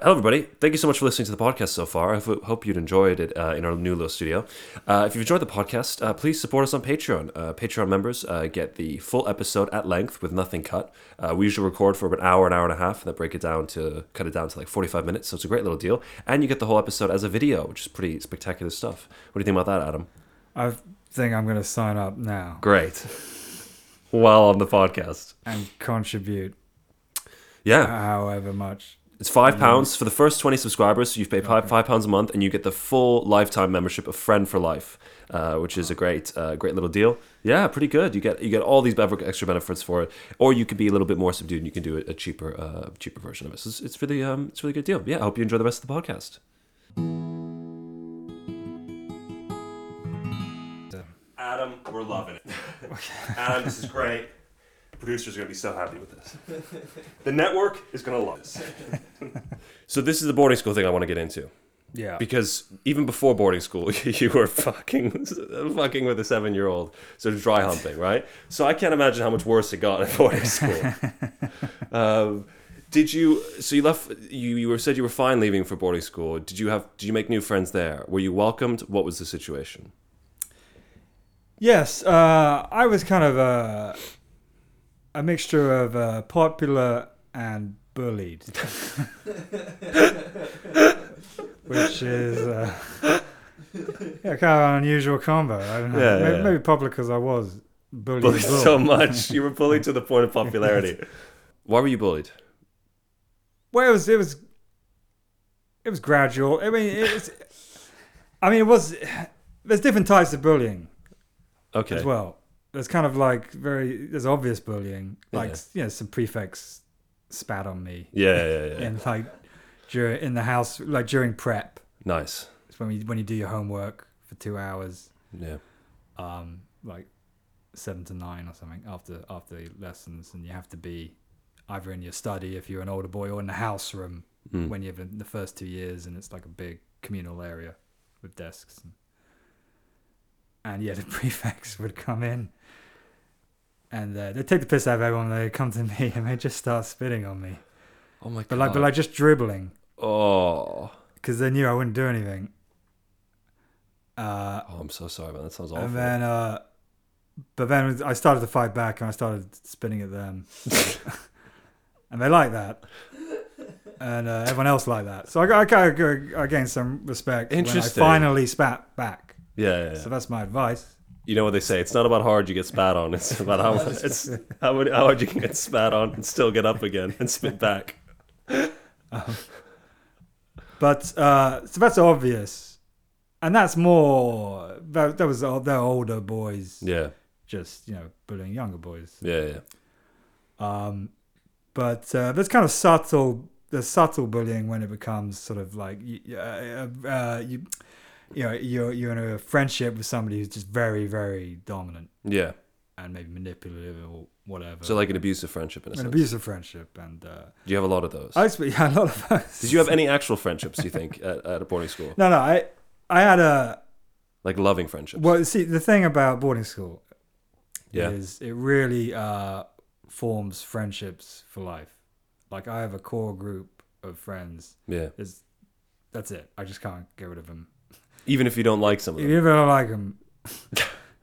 Speaker 1: Hello, everybody. Thank you so much for listening to the podcast so far. I ho- hope you'd enjoyed it uh, in our new little studio. Uh, if you've enjoyed the podcast, uh, please support us on Patreon. Uh, Patreon members uh, get the full episode at length with nothing cut. Uh, we usually record for about an hour, an hour and a half, and then break it down to cut it down to like 45 minutes. So it's a great little deal. And you get the whole episode as a video, which is pretty spectacular stuff. What do you think about that, Adam?
Speaker 4: I think I'm gonna sign up now
Speaker 1: Great. While on the podcast.
Speaker 4: and contribute
Speaker 1: Yeah.
Speaker 4: however much.
Speaker 1: It's five pounds for the first twenty subscribers. You pay five, five pounds a month, and you get the full lifetime membership of Friend for Life, uh, which is a great, uh, great little deal. Yeah, pretty good. You get you get all these bev- extra benefits for it, or you could be a little bit more subdued and you can do a, a cheaper, uh, cheaper version of it. So it's, it's really, um, it's a really good deal. Yeah, I hope you enjoy the rest of the podcast. Adam, we're loving it. Adam, this is great. Producers are gonna be so happy with this. The network is going to love this. so this is the boarding school thing I want to get into
Speaker 4: Yeah.
Speaker 1: because even before boarding school, you were fucking fucking with a seven-year-old, so dry humping, right? So I can't imagine how much worse it got at boarding school. um, did you? So you left. You you were said you were fine leaving for boarding school. Did you have? Did you make new friends there? Were you welcomed? What was the situation?
Speaker 4: Yes, uh, I was kind of a a mixture of uh, popular and bullied, which is uh, yeah, kind of an unusual combo. I don't know.
Speaker 1: Yeah,
Speaker 4: maybe,
Speaker 1: yeah.
Speaker 4: maybe popular because I was bullied.
Speaker 1: Bullied
Speaker 4: as well.
Speaker 1: so much. You were bullied to the point of popularity. Why were you bullied?
Speaker 4: Well, it was it was it was gradual. I mean, it's. I mean, it was. there's different types of bullying
Speaker 1: Okay.
Speaker 4: as well. There's kind of like very there's obvious bullying, like
Speaker 1: Yeah.
Speaker 4: you know some prefects spat on me
Speaker 1: Yeah, yeah, yeah. yeah.
Speaker 4: in like during in the house like during prep.
Speaker 1: Nice.
Speaker 4: It's when we when you do your homework for two hours,
Speaker 1: Yeah.
Speaker 4: um, like seven to nine or something after after the lessons, and you have to be either in your study if you're an older boy or in the house room
Speaker 1: Mm.
Speaker 4: when you're in the first two years, and it's like a big communal area with desks. And, and yeah, the prefects would come in. And uh, they take the piss out of everyone. They come to me and they just start spitting on me,
Speaker 1: Oh my god.
Speaker 4: but like, but like just dribbling
Speaker 1: oh.
Speaker 4: because they knew I wouldn't do anything. Uh,
Speaker 1: Oh, I'm so sorry, man. That sounds awful.
Speaker 4: and then, uh, but then I started to fight back and I started spinning at them, and they like that, and uh, everyone else like that. So I, got- I, got- I gained some respect.
Speaker 1: Interesting.
Speaker 4: When I finally spat back.
Speaker 1: yeah, yeah, yeah.
Speaker 4: So that's my advice.
Speaker 1: You know what they say? It's not about how hard you get spat on. It's about how it's how, many- how hard you can get spat on and still get up again and spit back.
Speaker 4: But uh, so that's obvious, and that's more that, that was they're older boys,
Speaker 1: Yeah.
Speaker 4: just you know bullying younger boys.
Speaker 1: Yeah. Yeah.
Speaker 4: Um, but uh, there's kind of subtle, there's subtle bullying when it becomes sort of like you, uh, uh, you, you know, you're you're in a friendship with somebody who's just very, very dominant
Speaker 1: Yeah.
Speaker 4: and maybe manipulative or whatever.
Speaker 1: So like an abusive friendship in a
Speaker 4: an
Speaker 1: sense.
Speaker 4: abusive friendship, and uh,
Speaker 1: Do you have a lot of those?
Speaker 4: I speak yeah, a lot of those.
Speaker 1: Did you have any actual friendships? Do you think at, at a boarding school,
Speaker 4: No, no, I, I had a.
Speaker 1: like loving friendships?
Speaker 4: Well, see, the thing about boarding school
Speaker 1: Yeah.
Speaker 4: is it really uh, forms friendships for life. Like I have a core group of friends
Speaker 1: Yeah.
Speaker 4: is that's it. I just can't get rid of them.
Speaker 1: Even if you don't like some of
Speaker 4: If
Speaker 1: them.
Speaker 4: you don't like them,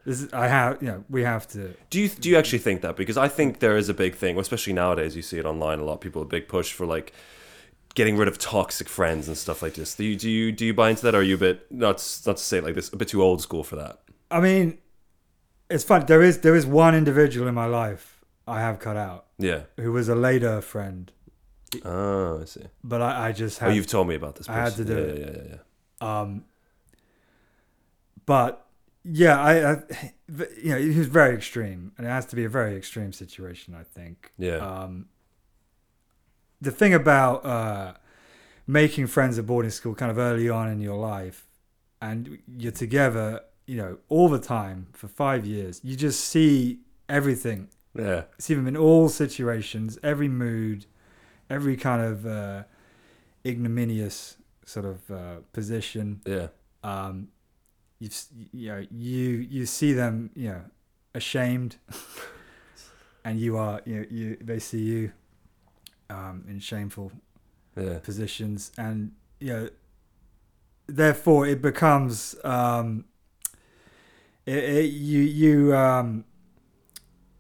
Speaker 4: this is, I have you know we have to.
Speaker 1: Do you do you actually think that? Because I think there is a big thing, especially nowadays. You see it online a lot. People a big push for like getting rid of toxic friends and stuff like this. Do you do you do you buy into that? Or are you a bit not not to say it like this, a bit too old school for that?
Speaker 4: I mean, it's fun. There is there is one individual in my life I have cut out
Speaker 1: Yeah.
Speaker 4: who was a later friend,
Speaker 1: Oh, I see.
Speaker 4: but I, I just
Speaker 1: Oh,
Speaker 4: had.
Speaker 1: you've told me about this.
Speaker 4: I had
Speaker 1: person.
Speaker 4: to do
Speaker 1: yeah, Yeah, yeah, yeah.
Speaker 4: um, but yeah, I, I you know he was very extreme, and it has to be a very extreme situation, I think.
Speaker 1: Yeah.
Speaker 4: Um, the thing about uh, making friends at boarding school kind of early on in your life, and you're together, you know, all the time for five years, you just see everything.
Speaker 1: Yeah.
Speaker 4: See them in all situations, every mood, every kind of uh, ignominious sort of uh, position.
Speaker 1: Yeah.
Speaker 4: Um, you've, s- you know, you you see them, you know, ashamed, and you are, you know, you they see you um, in shameful
Speaker 1: Yeah.
Speaker 4: positions and you know therefore it becomes um it, it, you you um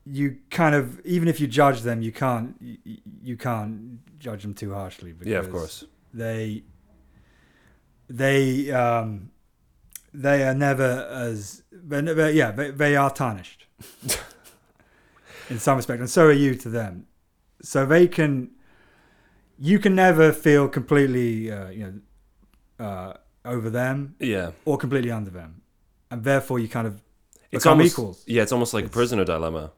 Speaker 4: you kind of even if you judge them you can't you, you can't judge them too harshly because
Speaker 1: Yeah, of course.
Speaker 4: they they um they are never as they're never, yeah they, they are tarnished in some respect and so are you to them so they can you can never feel completely uh, you know uh, over them
Speaker 1: Yeah.
Speaker 4: or completely under them and therefore you kind of
Speaker 1: It's
Speaker 4: become
Speaker 1: almost
Speaker 4: equals
Speaker 1: Yeah, it's almost like a
Speaker 4: It's-
Speaker 1: prisoner dilemma.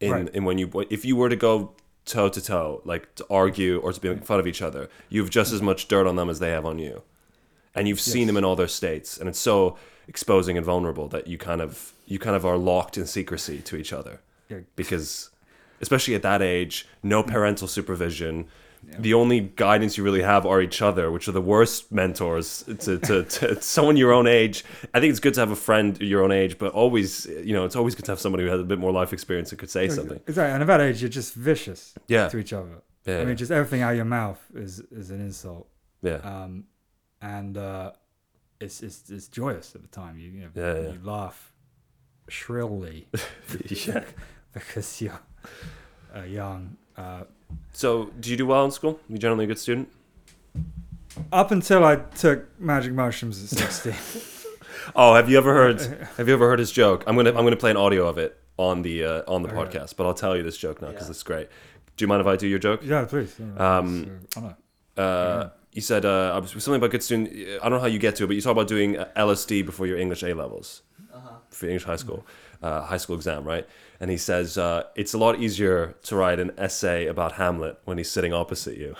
Speaker 1: In
Speaker 4: Right.
Speaker 1: in when you if you were to go toe to toe, like to argue or to make fun of each other, you've just as much dirt on them as they have on you, and you've seen
Speaker 4: Yes.
Speaker 1: them in all their states, and it's so exposing and vulnerable that you kind of you kind of are locked in secrecy to each other
Speaker 4: Yeah.
Speaker 1: because especially at that age, no parental supervision. The only guidance you really have are each other, which are the worst mentors to, to, to someone your own age. I think it's good to have a friend your own age, but always, you know, it's always good to have somebody who has a bit more life experience and could say something.
Speaker 4: Exactly. And at that age, you're just vicious
Speaker 1: Yeah.
Speaker 4: to each other.
Speaker 1: Yeah.
Speaker 4: I mean, just everything out of your mouth is is an insult.
Speaker 1: Yeah.
Speaker 4: Um, and uh, it's, it's it's joyous at the time. You you, know,
Speaker 1: Yeah, yeah.
Speaker 4: you laugh shrilly
Speaker 1: yeah.
Speaker 4: because you're uh, young. Uh,
Speaker 1: So, do you do well in school? You generally a good student?
Speaker 4: up until I took magic mushrooms at 16.
Speaker 1: Oh, have you ever heard? Have you ever heard his joke? I'm gonna I'm gonna play an audio of it on the uh, on the
Speaker 4: Alright.
Speaker 1: podcast, but I'll tell you this joke now because
Speaker 2: Yeah.
Speaker 1: it's great. Do you mind if I do your joke?
Speaker 4: yeah, please.
Speaker 1: Um,
Speaker 4: So, I don't know.
Speaker 1: Uh, you said uh, I was- something about good student. I don't know how you get to it, but you talk about doing uh, LSD before your English A levels
Speaker 2: Uh-huh.
Speaker 1: for English high school, uh, high school exam, right? And he says uh, it's a lot easier to write an essay about Hamlet when he's sitting opposite you.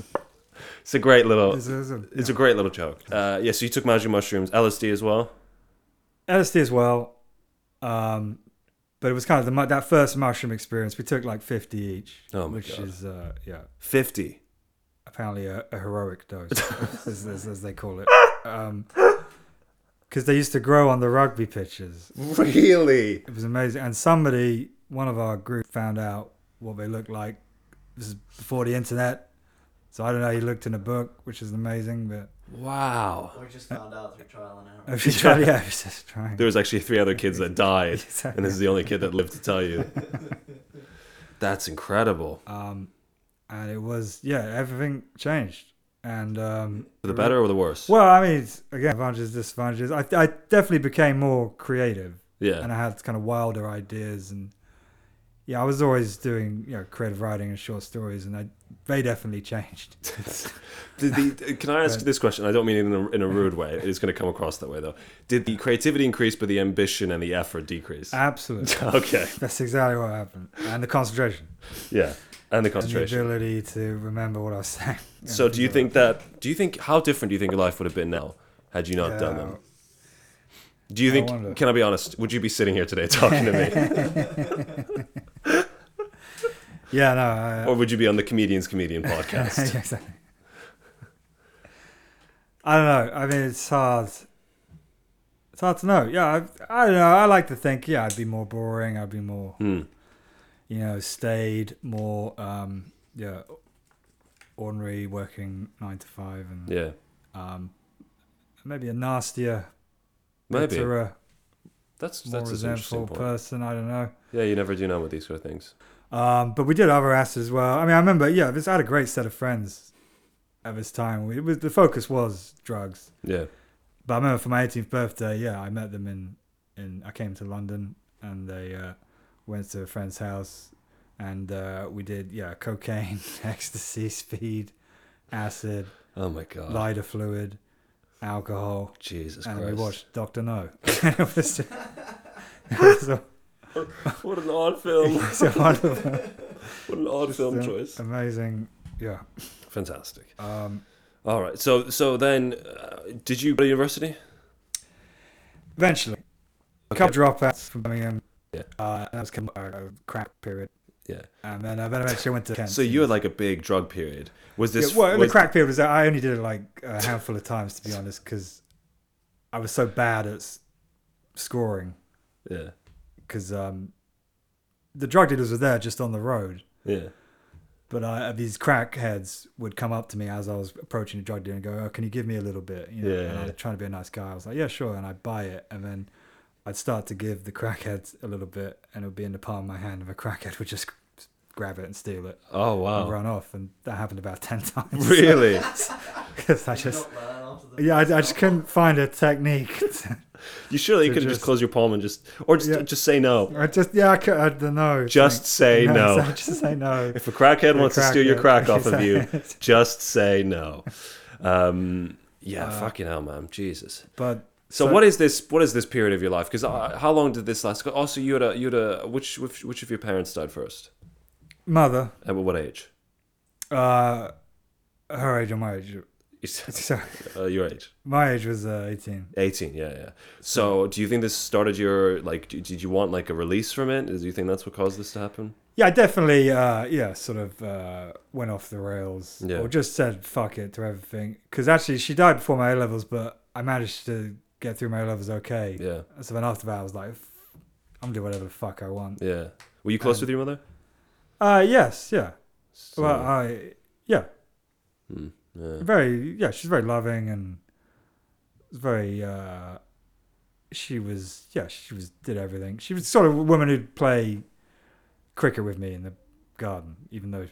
Speaker 1: it's a great little.
Speaker 4: This is a-
Speaker 1: It's a great little joke. Uh, yeah, so you took magic mushrooms, LSD as well.
Speaker 4: LSD as well. Um, but it was kind of the mu- that first mushroom experience. We took like 50 each,
Speaker 1: Oh my
Speaker 4: which
Speaker 1: God.
Speaker 4: is uh, yeah,
Speaker 1: Fifty.
Speaker 4: apparently a, a heroic dose, as, as, as they call it. Um 'cause because they used to grow on the rugby pitches.
Speaker 1: Really?
Speaker 4: It was amazing. And somebody, one of our group, found out what they looked like. This is before the internet, so I don't know. He looked in a book, which is amazing. But
Speaker 1: Wow.
Speaker 2: We just found out through trial and error.
Speaker 4: if you try, yeah, he's just trying.
Speaker 1: There was actually three other kids that died,
Speaker 4: Exactly.
Speaker 1: and this is the only kid that lived to tell you. That's incredible.
Speaker 4: um, and it was yeah everything changed and um,
Speaker 1: For the better or the worse?
Speaker 4: well i mean it's, again advantages disadvantages I, I definitely became more creative and
Speaker 1: yeah.
Speaker 4: i had kind of wilder ideas and yeah i was always doing you know creative writing and short stories and I, they definitely changed
Speaker 1: Did the, uh, can I ask
Speaker 4: Right.
Speaker 1: this question? I don't mean it in a, in a rude way. It's going to come across that way, though. Did the creativity increase, but the ambition and the effort decrease?
Speaker 4: Uh, absolutely
Speaker 1: okay.
Speaker 4: that's exactly what happened and the concentration
Speaker 1: Yeah. And the
Speaker 4: and the
Speaker 1: concentration.
Speaker 4: ability to remember what i was saying
Speaker 1: So, do you think that? Do you think how different do you think your life would have been now had you not done them? Do you
Speaker 4: I
Speaker 1: think?
Speaker 4: wonder.
Speaker 1: Can I be honest? Would you be sitting here today talking to me,
Speaker 4: yeah no I,
Speaker 1: or would you be on the Comedians Comedian podcast?
Speaker 4: Yeah, exactly. I don't know. I mean, it's hard. It's hard to know. Yeah, I, I don't know. I like to think, yeah, I'd be more boring. I'd be more,
Speaker 1: Hmm.
Speaker 4: you know, stayed, more, um, yeah, ordinary, working nine to five, and
Speaker 1: Yeah.
Speaker 4: um, maybe a nastier,
Speaker 1: Maybe
Speaker 4: bitterer,
Speaker 1: that's
Speaker 4: more
Speaker 1: that's an interesting
Speaker 4: resentful
Speaker 1: point.
Speaker 4: person. I don't know.
Speaker 1: Yeah, you never do know with these sort of things.
Speaker 4: Um, but we did other acts as well. I mean, I remember, yeah, this I had a great set of friends at this time. We, it was, the focus was drugs.
Speaker 1: Yeah,
Speaker 4: But I remember for my 18th birthday, yeah, I met them in, in I came to London and they uh, went to a friend's house and uh, we did, yeah, cocaine, ecstasy, speed, acid,
Speaker 1: Oh my god.
Speaker 4: lighter fluid, alcohol,
Speaker 1: Jesus
Speaker 4: and
Speaker 1: Christ.
Speaker 4: we watched Dr. No. It was- it was a-
Speaker 1: What an odd film.
Speaker 4: it's a wonderful-
Speaker 1: what an odd
Speaker 4: uh,
Speaker 1: film choice.
Speaker 4: amazing, yeah.
Speaker 1: Fantastic.
Speaker 4: Um,
Speaker 1: All right. So so then uh, did you go to university?
Speaker 4: eventually, a couple dropouts from Birmingham.
Speaker 1: Yeah.
Speaker 4: Uh, that was kind of a crack period.
Speaker 1: Yeah.
Speaker 4: And then, uh, then eventually I went to Kent.
Speaker 1: So you had like a big drug period. Was this
Speaker 4: Yeah, well,
Speaker 1: was,
Speaker 4: the crack period was that I only did it like a handful of times, to be honest, because I was so bad at s- scoring.
Speaker 1: Yeah.
Speaker 4: Because um, the drug dealers were there just on the road,
Speaker 1: Yeah.
Speaker 4: but I, these crackheads would come up to me as I was approaching the drug dealer and go, "Oh, can you give me a little bit?" You know,
Speaker 1: Yeah,
Speaker 4: and
Speaker 1: yeah.
Speaker 4: I'm trying to be a nice guy. I was like, "Yeah, sure," and I'd buy it, and then I'd start to give the crackheads a little bit, and it would be in the palm of my hand, and the crackhead would just grab it and steal it
Speaker 1: Oh
Speaker 4: and
Speaker 1: wow.
Speaker 4: run off, and that happened about ten times.
Speaker 1: Really?
Speaker 4: 'Cause Oh, I just
Speaker 2: Not learn after the
Speaker 4: Yeah, I, I just couldn't find a technique. to-
Speaker 1: You surely you
Speaker 4: To
Speaker 1: could just, just
Speaker 4: just-
Speaker 1: close your palm and just or just
Speaker 4: Yeah.
Speaker 1: just say no.
Speaker 4: I just yeah, I, could, I don't know.
Speaker 1: Just say
Speaker 4: Like,
Speaker 1: no.
Speaker 4: so I just say no.
Speaker 1: If a crackhead wants to steal your
Speaker 4: crackhead.
Speaker 1: crack off of you,
Speaker 4: Exactly.
Speaker 1: just say no. Um, yeah,
Speaker 4: Uh,
Speaker 1: fucking hell, man, Jesus.
Speaker 4: But
Speaker 1: So, what is this? What is this period of your life? Because
Speaker 4: Mm.
Speaker 1: how long did this last? Also, you had a you had a which which, which of your parents died first?
Speaker 4: mother,
Speaker 1: At what age?
Speaker 4: uh, her age or my age?
Speaker 1: You said,
Speaker 4: Sorry,
Speaker 1: uh, your age,
Speaker 4: my age was uh, eighteen.
Speaker 1: eighteen. Yeah, yeah. So, do you think this started your like? d- Did you want like a release from it? Do you think that's what caused this to happen?
Speaker 4: Yeah, I definitely uh, yeah, sort of uh, went off the rails,
Speaker 1: Yeah.
Speaker 4: or just said fuck it to everything. Because actually, she died before my A levels, but I managed to get through my A levels okay.
Speaker 1: Yeah,
Speaker 4: So then after that, I was like, "F- I'm gonna do whatever the fuck I want.
Speaker 1: yeah. Were you close
Speaker 4: Um,
Speaker 1: with your mother?
Speaker 4: Uh, yes, yeah.
Speaker 1: So-
Speaker 4: Well, I yeah.
Speaker 1: Hmm, yeah.
Speaker 4: uh, very yeah she's very loving and was very uh she was yeah she was did everything she was sort of a woman who'd play cricket with me in the garden even though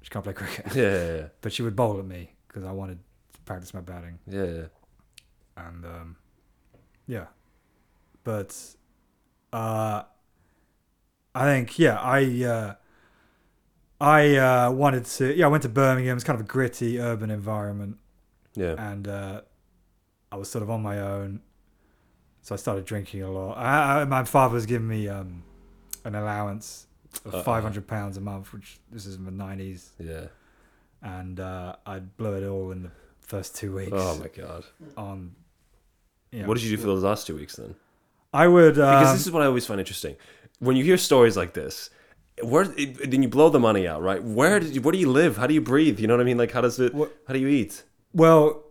Speaker 4: she can't play cricket
Speaker 1: yeah, yeah, yeah.
Speaker 4: but she would bowl at me because i wanted to practice my batting
Speaker 1: Yeah, yeah.
Speaker 4: and um yeah but uh i think yeah i uh I uh, wanted to. Yeah, I went to Birmingham. It's kind of a gritty urban environment,
Speaker 1: Yeah.
Speaker 4: and uh, I was sort of on my own. So I started drinking a lot. I, I, my father was giving me um, an allowance
Speaker 1: Uh-oh.
Speaker 4: of five hundred pounds a month, which this is in the nineties,
Speaker 1: Yeah.
Speaker 4: and uh, I blew it all in the first two weeks
Speaker 1: Oh my god.
Speaker 4: on. Uh, Yeah.
Speaker 1: What did you do for those last two weeks then?
Speaker 4: I would um,
Speaker 1: Because this is what I always find interesting. When you hear stories like this, where then you blow the money out, right? Where did you, where do you live? How do you breathe? You know what I mean? Like how does it?
Speaker 4: What-
Speaker 1: How do you eat?
Speaker 4: Well,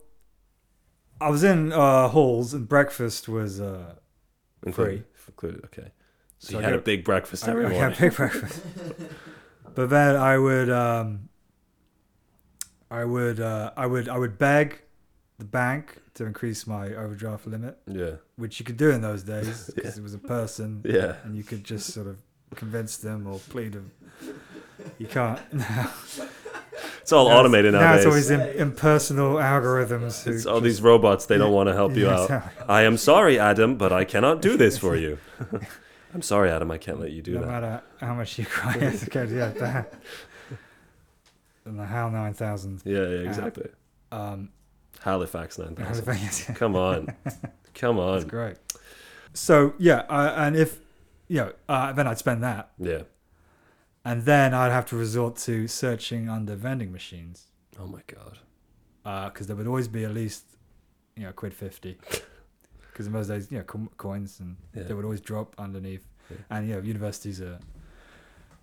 Speaker 4: I was in uh, halls and breakfast was uh,
Speaker 1: Included. Included. Okay. So,
Speaker 4: So
Speaker 1: you
Speaker 4: I
Speaker 1: had a
Speaker 4: go-
Speaker 1: big breakfast
Speaker 4: I,
Speaker 1: every
Speaker 4: I
Speaker 1: morning.
Speaker 4: had big breakfast. but then I would um, I would uh, I would I would beg the bank to increase my overdraft limit,
Speaker 1: Yeah.
Speaker 4: which you could do in those days because it was a person
Speaker 1: Yeah.
Speaker 4: and you could just sort of convince them or plead them. You can't. Now,
Speaker 1: It's all
Speaker 4: now
Speaker 1: automated
Speaker 4: it's-
Speaker 1: nowadays.
Speaker 4: Now it's always in, impersonal algorithms. Who
Speaker 1: It's all
Speaker 4: just-
Speaker 1: these robots. They don't want to help you
Speaker 4: Yeah,
Speaker 1: out.
Speaker 4: exactly.
Speaker 1: I am sorry, Adam, but I cannot do this for you. I'm sorry, Adam. I can't let you do
Speaker 4: no
Speaker 1: that.
Speaker 4: matter how much you cry, it's okay to get that. And the HAL 9000.
Speaker 1: Yeah, yeah, exactly.
Speaker 4: Um,
Speaker 1: Halifax nine
Speaker 4: out
Speaker 1: thousand.
Speaker 4: of Vegas.
Speaker 1: Come on, come
Speaker 4: That's
Speaker 1: on.
Speaker 4: great. So, yeah, uh, and if, you know, uh, then I'd spend that.
Speaker 1: Yeah.
Speaker 4: And then I'd have to resort to searching under vending machines
Speaker 1: Oh my god.
Speaker 4: because Uh, there would always be at least, you know, quid 50. Because in those days, you know, com- coins and
Speaker 1: Yeah.
Speaker 4: they would always drop underneath.
Speaker 1: Yeah.
Speaker 4: And, you know, universities are,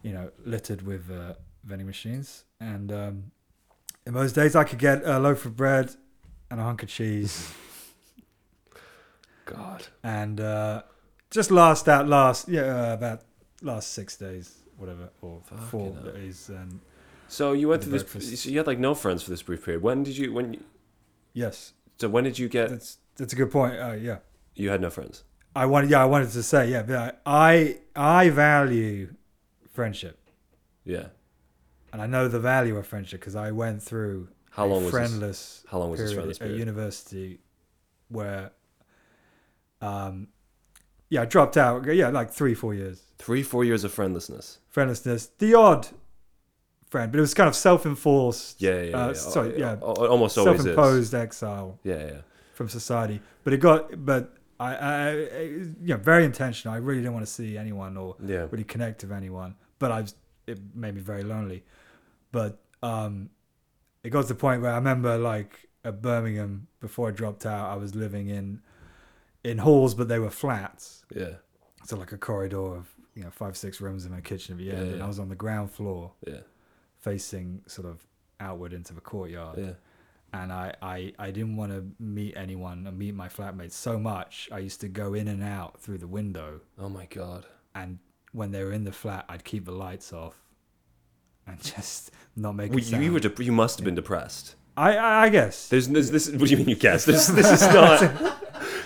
Speaker 4: you know, littered with uh, vending machines. And um, in those days, I could get a loaf of bread and a hunk of cheese
Speaker 1: God.
Speaker 4: and uh, just last that last, yeah, uh, about last six days, whatever, or
Speaker 1: Fucking
Speaker 4: four
Speaker 1: hell.
Speaker 4: days. And
Speaker 1: So you went
Speaker 4: The
Speaker 1: through this.
Speaker 4: breakfast.
Speaker 1: So you had like no friends for this brief period. When did you? When? you-
Speaker 4: yes,
Speaker 1: So when did you get?
Speaker 4: that's that's a good point. Uh, yeah.
Speaker 1: You had no friends.
Speaker 4: I wanted, yeah, I wanted to say, yeah, but I, I value friendship,
Speaker 1: Yeah.
Speaker 4: and I know the value of friendship because I went through
Speaker 1: How long was
Speaker 4: a
Speaker 1: this?
Speaker 4: friendless
Speaker 1: How long was this
Speaker 4: period
Speaker 1: friendless
Speaker 4: at
Speaker 1: period?
Speaker 4: university, where, um, yeah, I dropped out. Yeah, like three, four years
Speaker 1: Three, four years of friendlessness.
Speaker 4: friendlessness. The odd friend, but it was kind of self-enforced.
Speaker 1: Yeah, yeah, yeah.
Speaker 4: Uh,
Speaker 1: yeah.
Speaker 4: sorry, yeah.
Speaker 1: Al- al- Almost always is. Yeah,
Speaker 4: self-imposed exile
Speaker 1: yeah. yeah.
Speaker 4: from society. But it got, but I, I, I- you know, very intentional. I really didn't want to see anyone or
Speaker 1: Yeah.
Speaker 4: really connect with anyone. But I, was, it made me very lonely. But um, it got to the point where I remember, like at Birmingham, before I dropped out, I was living in, in halls, but they were flats.
Speaker 1: Yeah.
Speaker 4: So like a corridor of you know five, six rooms and a kitchen at the
Speaker 1: Yeah,
Speaker 4: end. And
Speaker 1: yeah.
Speaker 4: I was on the ground floor,
Speaker 1: Yeah.
Speaker 4: facing sort of outward into the courtyard
Speaker 1: Yeah.
Speaker 4: and I, I, I didn't want to meet anyone and meet my flatmates so much. I used to go in and out through the window,
Speaker 1: Oh my god.
Speaker 4: and when they were in the flat, I'd keep the lights off and just not make.
Speaker 1: Well,
Speaker 4: a sound.
Speaker 1: you, you were. dep you must have been depressed.
Speaker 4: I, I I guess.
Speaker 1: There's, there's this. What do you mean you guess? This this is not.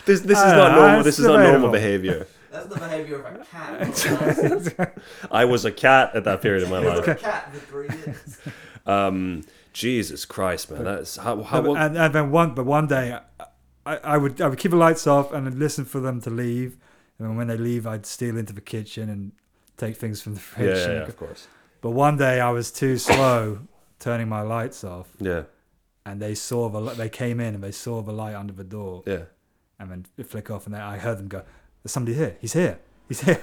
Speaker 1: This this is
Speaker 4: I
Speaker 1: not
Speaker 4: dunno,
Speaker 1: normal.
Speaker 4: it's
Speaker 1: This is not normal
Speaker 4: debatable.
Speaker 1: behavior.
Speaker 2: That's the behavior of a cat.
Speaker 1: I was a cat at that period of my
Speaker 2: Like a
Speaker 1: life.
Speaker 2: cat for three years.
Speaker 1: Um, Jesus Christ, man, that's how how
Speaker 4: and,
Speaker 1: well,
Speaker 4: and, and then one, but one day, I, I would I would keep the lights off and I'd listen for them to leave, and then when they leave, I'd steal into the kitchen and take things from the
Speaker 1: yeah,
Speaker 4: fridge.
Speaker 1: yeah,
Speaker 4: and
Speaker 1: yeah,
Speaker 4: go-
Speaker 1: of course,
Speaker 4: But one day, I was too slow turning my lights off.
Speaker 1: yeah,
Speaker 4: and they saw the li- they came in and they saw the light under the door
Speaker 1: yeah.
Speaker 4: and then it flick off and then I heard them go, "There's somebody here. He's here. He's here."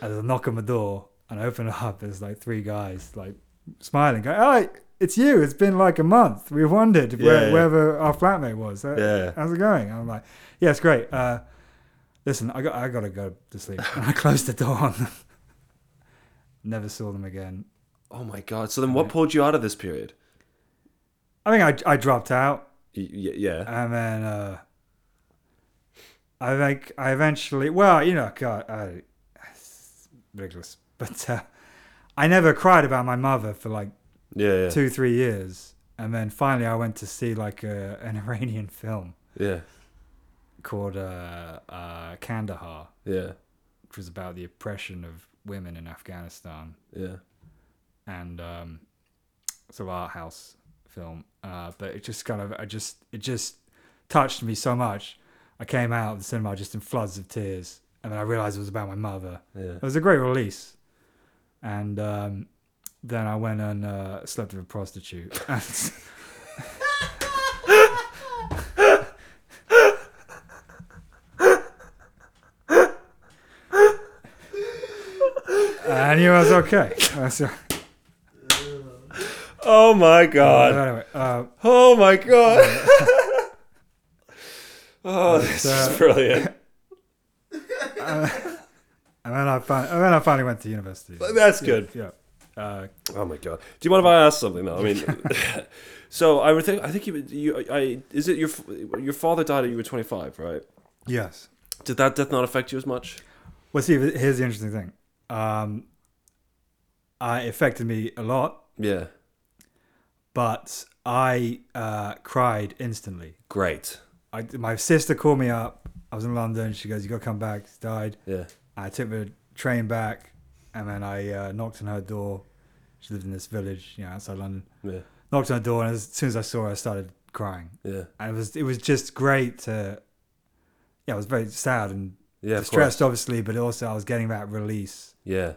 Speaker 4: and there's a knock on the door and I open it up. There's like three guys like smiling, going, "Oh, it's you. It's been like a month. We wondered
Speaker 1: Yeah,
Speaker 4: where
Speaker 1: yeah.
Speaker 4: where the our flatmate was. Uh,
Speaker 1: Yeah.
Speaker 4: how's it going?" And I'm like, "Yeah, it's great." Uh, listen, I got I gotta go to sleep. And I closed the door on them. Never saw them again.
Speaker 1: Oh my God. So then, what pulled you out of this period?
Speaker 4: I think I I dropped out.
Speaker 1: Y- y- yeah,
Speaker 4: and then uh, I think I eventually, well, you know, God, I, it's ridiculous, but uh, I never cried about my mother for like
Speaker 1: yeah, yeah,
Speaker 4: two, three years, and then finally I went to see like a, an Iranian film
Speaker 1: yeah,
Speaker 4: called uh, uh, Kandahar,
Speaker 1: yeah,
Speaker 4: which was about the oppression of women in Afghanistan,
Speaker 1: yeah.
Speaker 4: and um, sort of art house film. Uh, but it just kind of, I just, it just touched me so much. I came out of the
Speaker 1: Uh,
Speaker 4: cinema just in floods of tears, and then I realized it was about my mother.
Speaker 1: yeah.
Speaker 4: It was a great release, and um, then I went and uh, slept with a prostitute. And I knew I was okay. That's all.
Speaker 1: Oh my god.
Speaker 4: anyway, uh,
Speaker 1: Oh my god. oh, this
Speaker 4: uh,
Speaker 1: is brilliant.
Speaker 4: and then I fin- and then I finally went to university.
Speaker 1: That's good.
Speaker 4: Yeah. Uh,
Speaker 1: Oh my god. Do you mind if I ask something though? I mean, so I would think I think you you I is it your f- your father died when you were 25, right?
Speaker 4: yes.
Speaker 1: Did that death not affect you as much?
Speaker 4: Well, see, here's the interesting thing. Um, I it affected me a lot,
Speaker 1: Yeah.
Speaker 4: but I uh, cried instantly.
Speaker 1: Great.
Speaker 4: I, my sister called me up. I was in London. She goes, "You got to come back." She died.
Speaker 1: Yeah.
Speaker 4: I took the train back, and then I uh, knocked on her door. She lived in this village, you know, outside London.
Speaker 1: Yeah.
Speaker 4: Knocked on her door, and as soon as I saw her, I started crying.
Speaker 1: Yeah.
Speaker 4: And it was it was just great to, yeah, I was very sad and
Speaker 1: Yeah. of course.
Speaker 4: distressed, obviously, but also I was getting that release
Speaker 1: Yeah.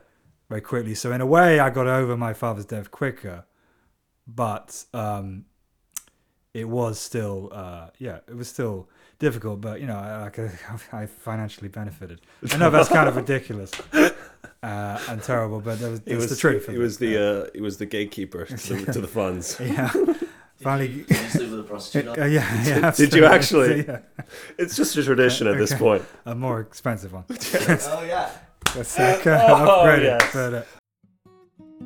Speaker 4: very quickly. So in a way, I got over my father's death quicker, but um, it was still, uh, yeah, it was still difficult. But you know, I- like I, I financially benefited. I know that's kind of ridiculous uh, and terrible, but that was, it was, the truth. of
Speaker 1: It was the uh, it was the gatekeeper to the, to the funds.
Speaker 4: yeah, finally.
Speaker 2: Did you sleep with a prostitute?
Speaker 4: Uh, yeah, yeah,
Speaker 1: Did you
Speaker 4: absolutely.
Speaker 1: actually?
Speaker 4: Yeah,
Speaker 1: It's just a tradition at this
Speaker 4: Okay.
Speaker 1: point.
Speaker 4: a more expensive one.
Speaker 2: oh yeah.
Speaker 4: That's uh, kind of
Speaker 1: Oh,
Speaker 4: upgraded,
Speaker 1: yes.
Speaker 4: but, uh,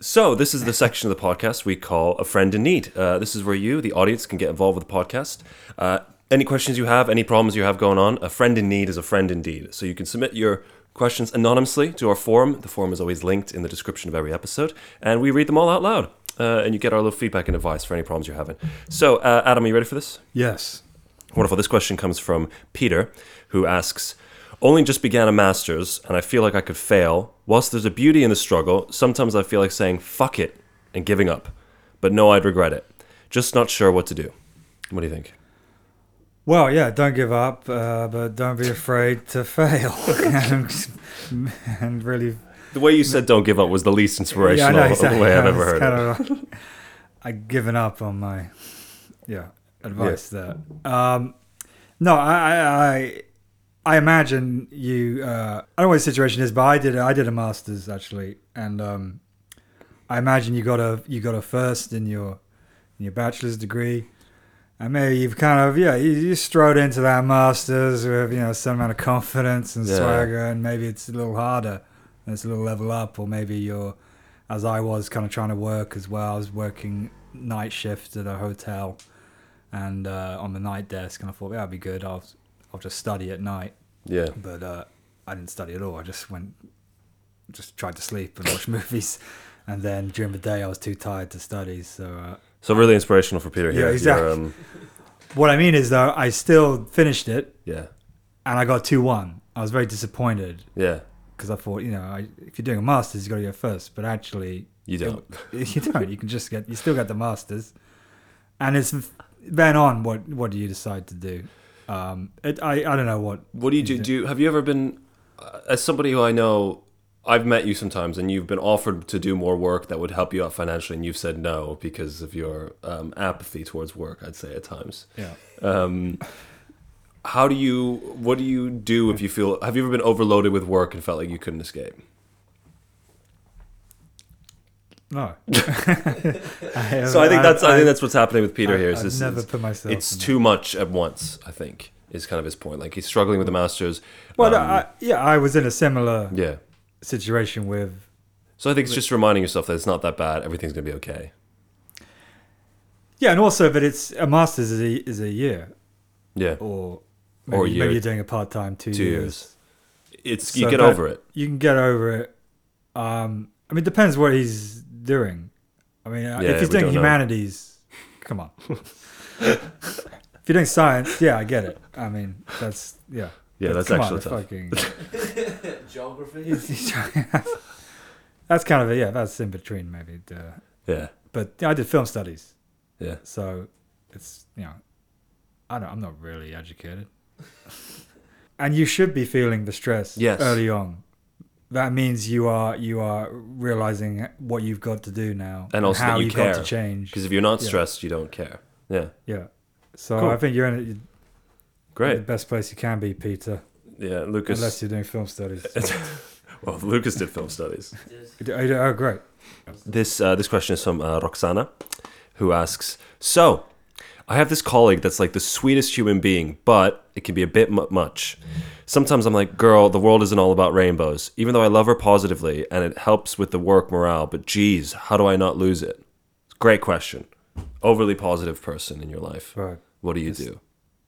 Speaker 1: So, this is the section of the podcast we call A Friend in Need. Uh, this is where you, the audience, can get involved with the podcast. Uh, any questions you have, any problems you have going on, a friend in need is a friend indeed. So, you can submit your questions anonymously to our forum. The forum is always linked in the description of every episode, and we read them all out loud. Uh, and you get our little feedback and advice for any problems you're having. So, uh, Adam, are you ready for this?
Speaker 4: yes.
Speaker 1: Wonderful. This question comes from Peter, who asks Only just began a master's, and I feel like I could fail. Whilst there's a beauty in the struggle, sometimes I feel like saying fuck it and giving up. But no, I'd regret it. Just not sure what to do. What do you think?
Speaker 4: Well, yeah, don't give up, uh, but don't be afraid to fail and, and really.
Speaker 1: The way you said don't give up was the least
Speaker 4: Yeah, I
Speaker 1: inspirational
Speaker 4: know exactly.
Speaker 1: way I've
Speaker 4: I
Speaker 1: ever
Speaker 4: was
Speaker 1: heard
Speaker 4: kind
Speaker 1: it.
Speaker 4: of like- I'd given up on my yeah advice there. Um, no, I, I I I imagine you. Uh, I don't know what the situation is, but I did I did a master's actually, and um, I imagine you got a you got a first in your in your bachelor's degree. And maybe you've kind of yeah you, you strode into that masters with you know some amount of confidence and
Speaker 1: Yeah.
Speaker 4: swagger, and maybe it's a little harder, and it's a little level up, or maybe you're, as I was, kind of trying to work as well. I was working night shift at a hotel, and uh, on the night desk, and I thought yeah, that'd be good. I'll I'll just study at night,
Speaker 1: Yeah.
Speaker 4: but uh, I didn't study at all. I just went, just tried to sleep and watch movies, and then during the day I was too tired to study, so. Uh,
Speaker 1: So, really inspirational for Peter here.
Speaker 4: Yeah, exactly.
Speaker 1: You're, um,
Speaker 4: what I mean is, though, I still finished it
Speaker 1: yeah.
Speaker 4: and I got 2 1. I was very disappointed
Speaker 1: Yeah.
Speaker 4: because I thought, you know, I, if you're doing a master's, you got to go first. But actually,
Speaker 1: You
Speaker 4: it-
Speaker 1: don't.
Speaker 4: you don't. You can just get, you still get the master's. And it's then on what what do you decide to do? Um, it, I, I don't know what.
Speaker 1: What do you do? Do you, have you ever been, uh, as somebody who I know, I've met you sometimes, and you've been offered to do more work that would help you out financially, and you've said no because of your um, apathy towards work. I'd say at times.
Speaker 4: Yeah.
Speaker 1: Um, how do you? What do you do if you feel? Have you ever been overloaded with work and felt like you couldn't escape?
Speaker 4: No. have-
Speaker 1: So I think that's I, think that's what's happening with Peter
Speaker 4: I-
Speaker 1: here. Is
Speaker 4: I've
Speaker 1: this,
Speaker 4: never
Speaker 1: is-
Speaker 4: put myself
Speaker 1: It's
Speaker 4: in
Speaker 1: too much at once. I think is kind of his point. Like he's struggling with the masters.
Speaker 4: Well,
Speaker 1: um,
Speaker 4: I, yeah, I was in a similar
Speaker 1: yeah.
Speaker 4: situation with
Speaker 1: So I think it's just reminding yourself that it's not that bad. Everything's gonna be okay.
Speaker 4: yeah, and also that it's a master's is a, is a year
Speaker 1: Yeah.
Speaker 4: or maybe,
Speaker 1: Or a year.
Speaker 4: maybe you're doing a part time two,
Speaker 1: Two
Speaker 4: years.
Speaker 1: years. It's you
Speaker 4: So
Speaker 1: get
Speaker 4: that-
Speaker 1: over it.
Speaker 4: You can get over it. Um, I mean, it depends what he's doing. I mean, uh
Speaker 1: Yeah,
Speaker 4: if he's
Speaker 1: we
Speaker 4: doing
Speaker 1: don't know.
Speaker 4: humanities, come on. if you're doing science, yeah, I get it. I mean, that's yeah.
Speaker 1: Yeah,
Speaker 4: But
Speaker 1: that's
Speaker 4: come
Speaker 1: actually tough.
Speaker 4: Fucking,
Speaker 2: Geography.
Speaker 4: that's kind of a, yeah. That's in between, maybe. Uh,
Speaker 1: Yeah,
Speaker 4: but I did film studies,
Speaker 1: yeah.
Speaker 4: so it's you know, I don't. I'm not really educated. and you should be feeling the stress
Speaker 1: Yes.
Speaker 4: early on. that means you are you are realizing what you've got to do now
Speaker 1: And also that
Speaker 4: how
Speaker 1: you
Speaker 4: have got
Speaker 1: care.
Speaker 4: to change.
Speaker 1: Because if you're not
Speaker 4: Yeah.
Speaker 1: stressed, you don't care. Yeah,
Speaker 4: Yeah. So
Speaker 1: Cool.
Speaker 4: I think you're in the
Speaker 1: great.
Speaker 4: best place you can be, Peter,
Speaker 1: Yeah, Lucas.
Speaker 4: Mm. unless you're doing film studies.
Speaker 1: well, Lucas did film studies.
Speaker 4: oh, great.
Speaker 1: This uh, this question is from uh, Roxana, who asks: So, I have this colleague that's like the sweetest human being, but it can be a bit mu- much. Sometimes I'm like, girl, the world isn't all about rainbows. Even though I love her positively and it helps with the work morale, but geez, how do I not lose it? Great question. Overly positive person in your life.
Speaker 4: Right.
Speaker 1: What do you do?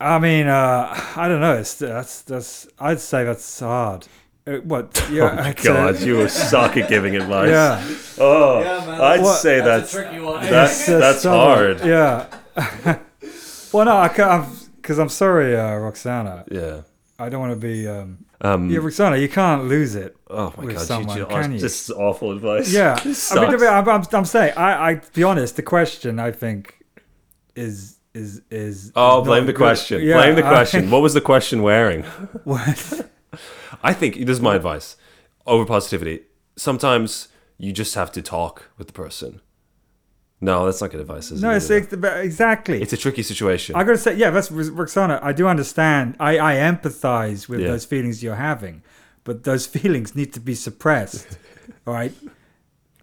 Speaker 4: I mean, uh, I don't know. It's, that's that's. I'd say that's hard. Uh, what? Yeah.
Speaker 1: oh my
Speaker 4: I'd say-
Speaker 1: God, you were suck at giving advice.
Speaker 4: Yeah.
Speaker 1: Oh,
Speaker 2: Yeah, man,
Speaker 1: I'd
Speaker 4: What-
Speaker 1: say
Speaker 2: That's
Speaker 1: that's
Speaker 2: a tricky one.
Speaker 1: that's
Speaker 4: uh,
Speaker 1: that's
Speaker 4: solid.
Speaker 1: hard.
Speaker 4: Yeah. well, no, I can't because I'm sorry, uh, Roxana.
Speaker 1: Yeah.
Speaker 4: I don't want to be. Um,
Speaker 1: Um,
Speaker 4: yeah, Roxana, you can't lose it.
Speaker 1: Oh my
Speaker 4: with
Speaker 1: god,
Speaker 4: someone,
Speaker 1: you, you,
Speaker 4: can you?
Speaker 1: this is awful advice.
Speaker 4: Yeah,
Speaker 1: This
Speaker 4: I mean,
Speaker 1: sucks.
Speaker 4: I'm, I'm, I'm saying, I, I, to be honest, the question I think is is is.
Speaker 1: Oh,
Speaker 4: is
Speaker 1: blame
Speaker 4: not
Speaker 1: the
Speaker 4: good.
Speaker 1: question.
Speaker 4: Yeah,
Speaker 1: blame the
Speaker 4: I-
Speaker 1: question. what was the question wearing?
Speaker 4: what?
Speaker 1: I think this is my advice. Over positivity. Sometimes you just have to talk with the person. No, that's not good advice. Is
Speaker 4: No,
Speaker 1: it?
Speaker 4: it's, it's exactly.
Speaker 1: It's a tricky situation.
Speaker 4: I gotta say, yeah, that's Roxana. I do understand. I, I empathize with
Speaker 1: Yeah.
Speaker 4: those feelings you're having, but those feelings need to be suppressed. all right.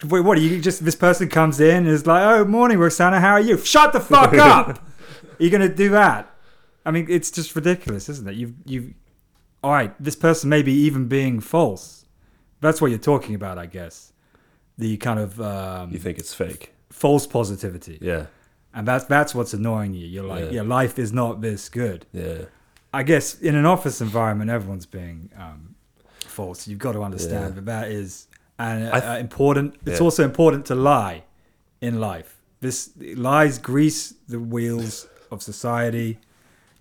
Speaker 4: Wait, what are you just? This person comes in and is like, "Oh, morning, Roxana. How are you?" Shut the fuck up. are you gonna do that? I mean, it's just ridiculous, isn't it? You've you've. All right, this person may be even being false. That's what you're talking about, I guess. The kind of um,
Speaker 1: you think it's fake?
Speaker 4: false positivity,
Speaker 1: Yeah,
Speaker 4: and that's that's what's annoying you. You're like,
Speaker 1: Yeah.
Speaker 4: yeah life is not this good.
Speaker 1: yeah.
Speaker 4: I guess in an office environment, everyone's being um, false. You've got to understand
Speaker 1: Yeah.
Speaker 4: that that is an,
Speaker 1: I th-
Speaker 4: uh, important. It's
Speaker 1: Yeah.
Speaker 4: also important to lie in life. This lies grease the wheels of society.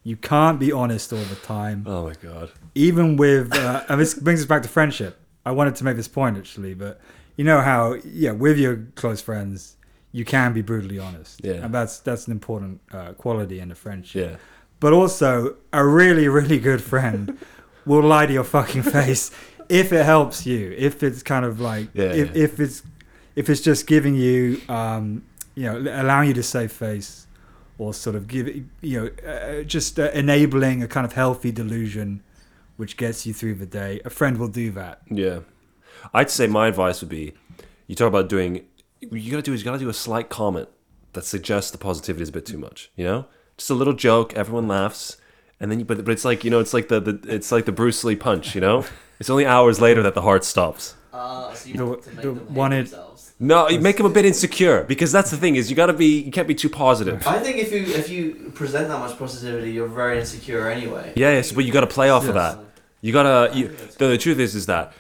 Speaker 4: You can't be honest all the time,
Speaker 1: Oh my god.
Speaker 4: even with. Uh, and this brings us back to friendship. I wanted to make this point actually, but you know how yeah, with your close friends, you can be brutally honest,
Speaker 1: Yeah.
Speaker 4: and that's that's an important uh, quality in a friendship
Speaker 1: Yeah,
Speaker 4: but also a really, really good friend will lie to your fucking face if it helps you. If it's kind of like
Speaker 1: Yeah,
Speaker 4: if,
Speaker 1: yeah.
Speaker 4: if it's if it's just giving you um, you know allowing you to save face or sort of give you know uh, just uh, enabling a kind of healthy delusion which gets you through the day. A friend will do that.
Speaker 1: yeah. I'd say my advice would be: you talk about doing. What you gotta do is you gotta do a slight comment that suggests the positivity is a bit too much. You know, just a little joke. Everyone laughs, and then you, but but it's like you know it's like the, the it's like the Bruce Lee punch. You know, it's only hours later that the heart stops.
Speaker 2: Uh, so you
Speaker 4: The-
Speaker 2: want to make
Speaker 4: the
Speaker 2: them hate
Speaker 4: wanted-
Speaker 2: themselves.
Speaker 1: No, you make him a bit insecure because that's the thing is you gotta be you can't be too positive.
Speaker 2: I think if you if you present that much positivity, you're very insecure anyway.
Speaker 1: Yeah, yes, but you gotta play off of that. You gotta. You, the, the truth is, is that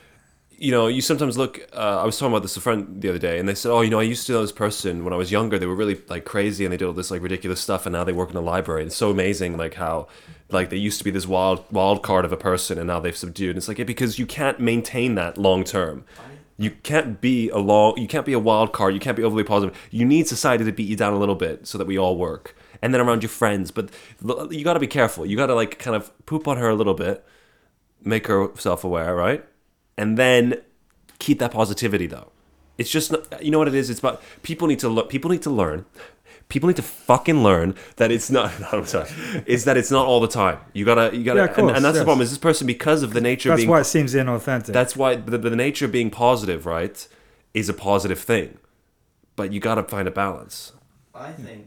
Speaker 1: you know you sometimes look. Uh, I was talking about this to a friend the other day, and they said, "Oh, you know, I used to know this person when I was younger. They were really like crazy, and they did all this like ridiculous stuff, and now they work in a library. It's so amazing, like how like they used to be this wild wild card of a person, and now they've subdued. And it's like yeah, because you can't maintain that long term. You can't be a long. You can't be a wild card. You can't be overly positive. You need society to beat you down a little bit so that we all work." And then around your friends, but l- you got to be careful. You got to like kind of poop on her a little bit, make her self aware, right? And then keep that positivity though. It's just not, you know what it is. It's about people need to look. People need to learn. People need to fucking learn that it's not. No, I'm sorry. Is that it's not all the time. You gotta. You gotta.
Speaker 4: Yeah, of
Speaker 1: and,
Speaker 4: course,
Speaker 1: and that's the
Speaker 4: yes.
Speaker 1: problem. Is this person because of the nature of
Speaker 4: That's
Speaker 1: being
Speaker 4: why it seems inauthentic.
Speaker 1: that's why the, the nature of being positive, right, is a positive thing. But you gotta find a balance.
Speaker 2: I think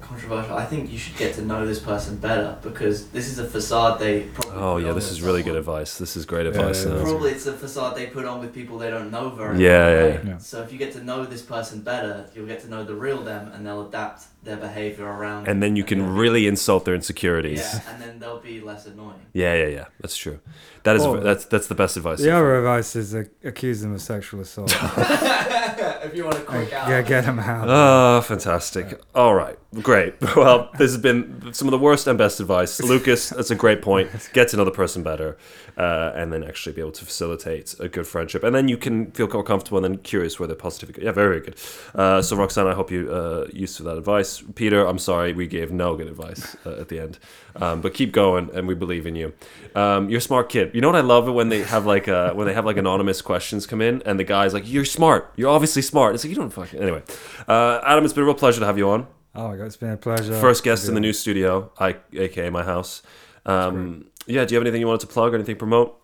Speaker 2: controversial. I think you should get to know this person better because this is a facade they. Probably
Speaker 1: Oh
Speaker 2: put
Speaker 1: yeah,
Speaker 2: on
Speaker 1: this
Speaker 2: with
Speaker 1: is really good
Speaker 2: someone.
Speaker 1: advice. This is great advice.
Speaker 4: advice, yeah, yeah.
Speaker 1: Yeah,
Speaker 2: Probably it's a facade they put on with people they don't know very.
Speaker 1: Yeah,
Speaker 2: well,
Speaker 1: yeah,
Speaker 2: right?
Speaker 4: yeah.
Speaker 2: So if you get to know this person better, you'll get to know the real them, and they'll adapt their behavior around.
Speaker 1: And then you can really insult their insecurities.
Speaker 2: Yeah, and then they'll be less annoying.
Speaker 1: Yeah, yeah, yeah. That's true. That is
Speaker 4: Well,
Speaker 1: that's that's the best advice. Oh
Speaker 4: the other advice is uh, accuse them of sexual assault.
Speaker 2: if you want to quick out.
Speaker 4: Yeah, get him out.
Speaker 1: Ah, fantastic. All right, great. Well, this has been some of the worst and best advice. Lucas, that's a great point. Get to know the person better, uh, and then actually be able to facilitate a good friendship, and then you can feel more comfortable and then curious where they're positive. Yeah, very, very good. Uh, so, Roxanne, I hope you uh, used to that advice. Peter, I'm sorry we gave no good advice uh, at the end, um, but keep going, and we believe in you. Um, you're a smart kid. You know what I love when they have like uh, when they have like anonymous questions come in, and the guy's like, "You're smart. You're obviously smart." It's like you don't fucking anyway. Uh, Adam, it's been a real pleasure to have you on.
Speaker 4: Oh my god, it's been a pleasure.
Speaker 1: First guest in the new studio, I, aka my house. Um, yeah, do you have anything you wanted to plug or anything to promote?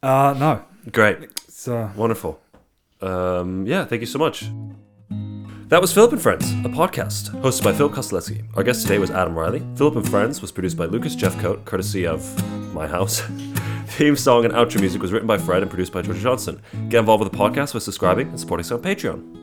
Speaker 4: Uh, no.
Speaker 1: Great,
Speaker 4: So
Speaker 1: wonderful. Um, yeah, thank you so much. That was Philip and Friends, a podcast hosted by Phil Kosteleski. Our guest today was Adam Riley. Philip and Friends was produced by Lucas Jeffcoat, courtesy of my house. Theme song and outro music was written by Fred and produced by George Johnson. Get involved with the podcast by subscribing and supporting us on Patreon.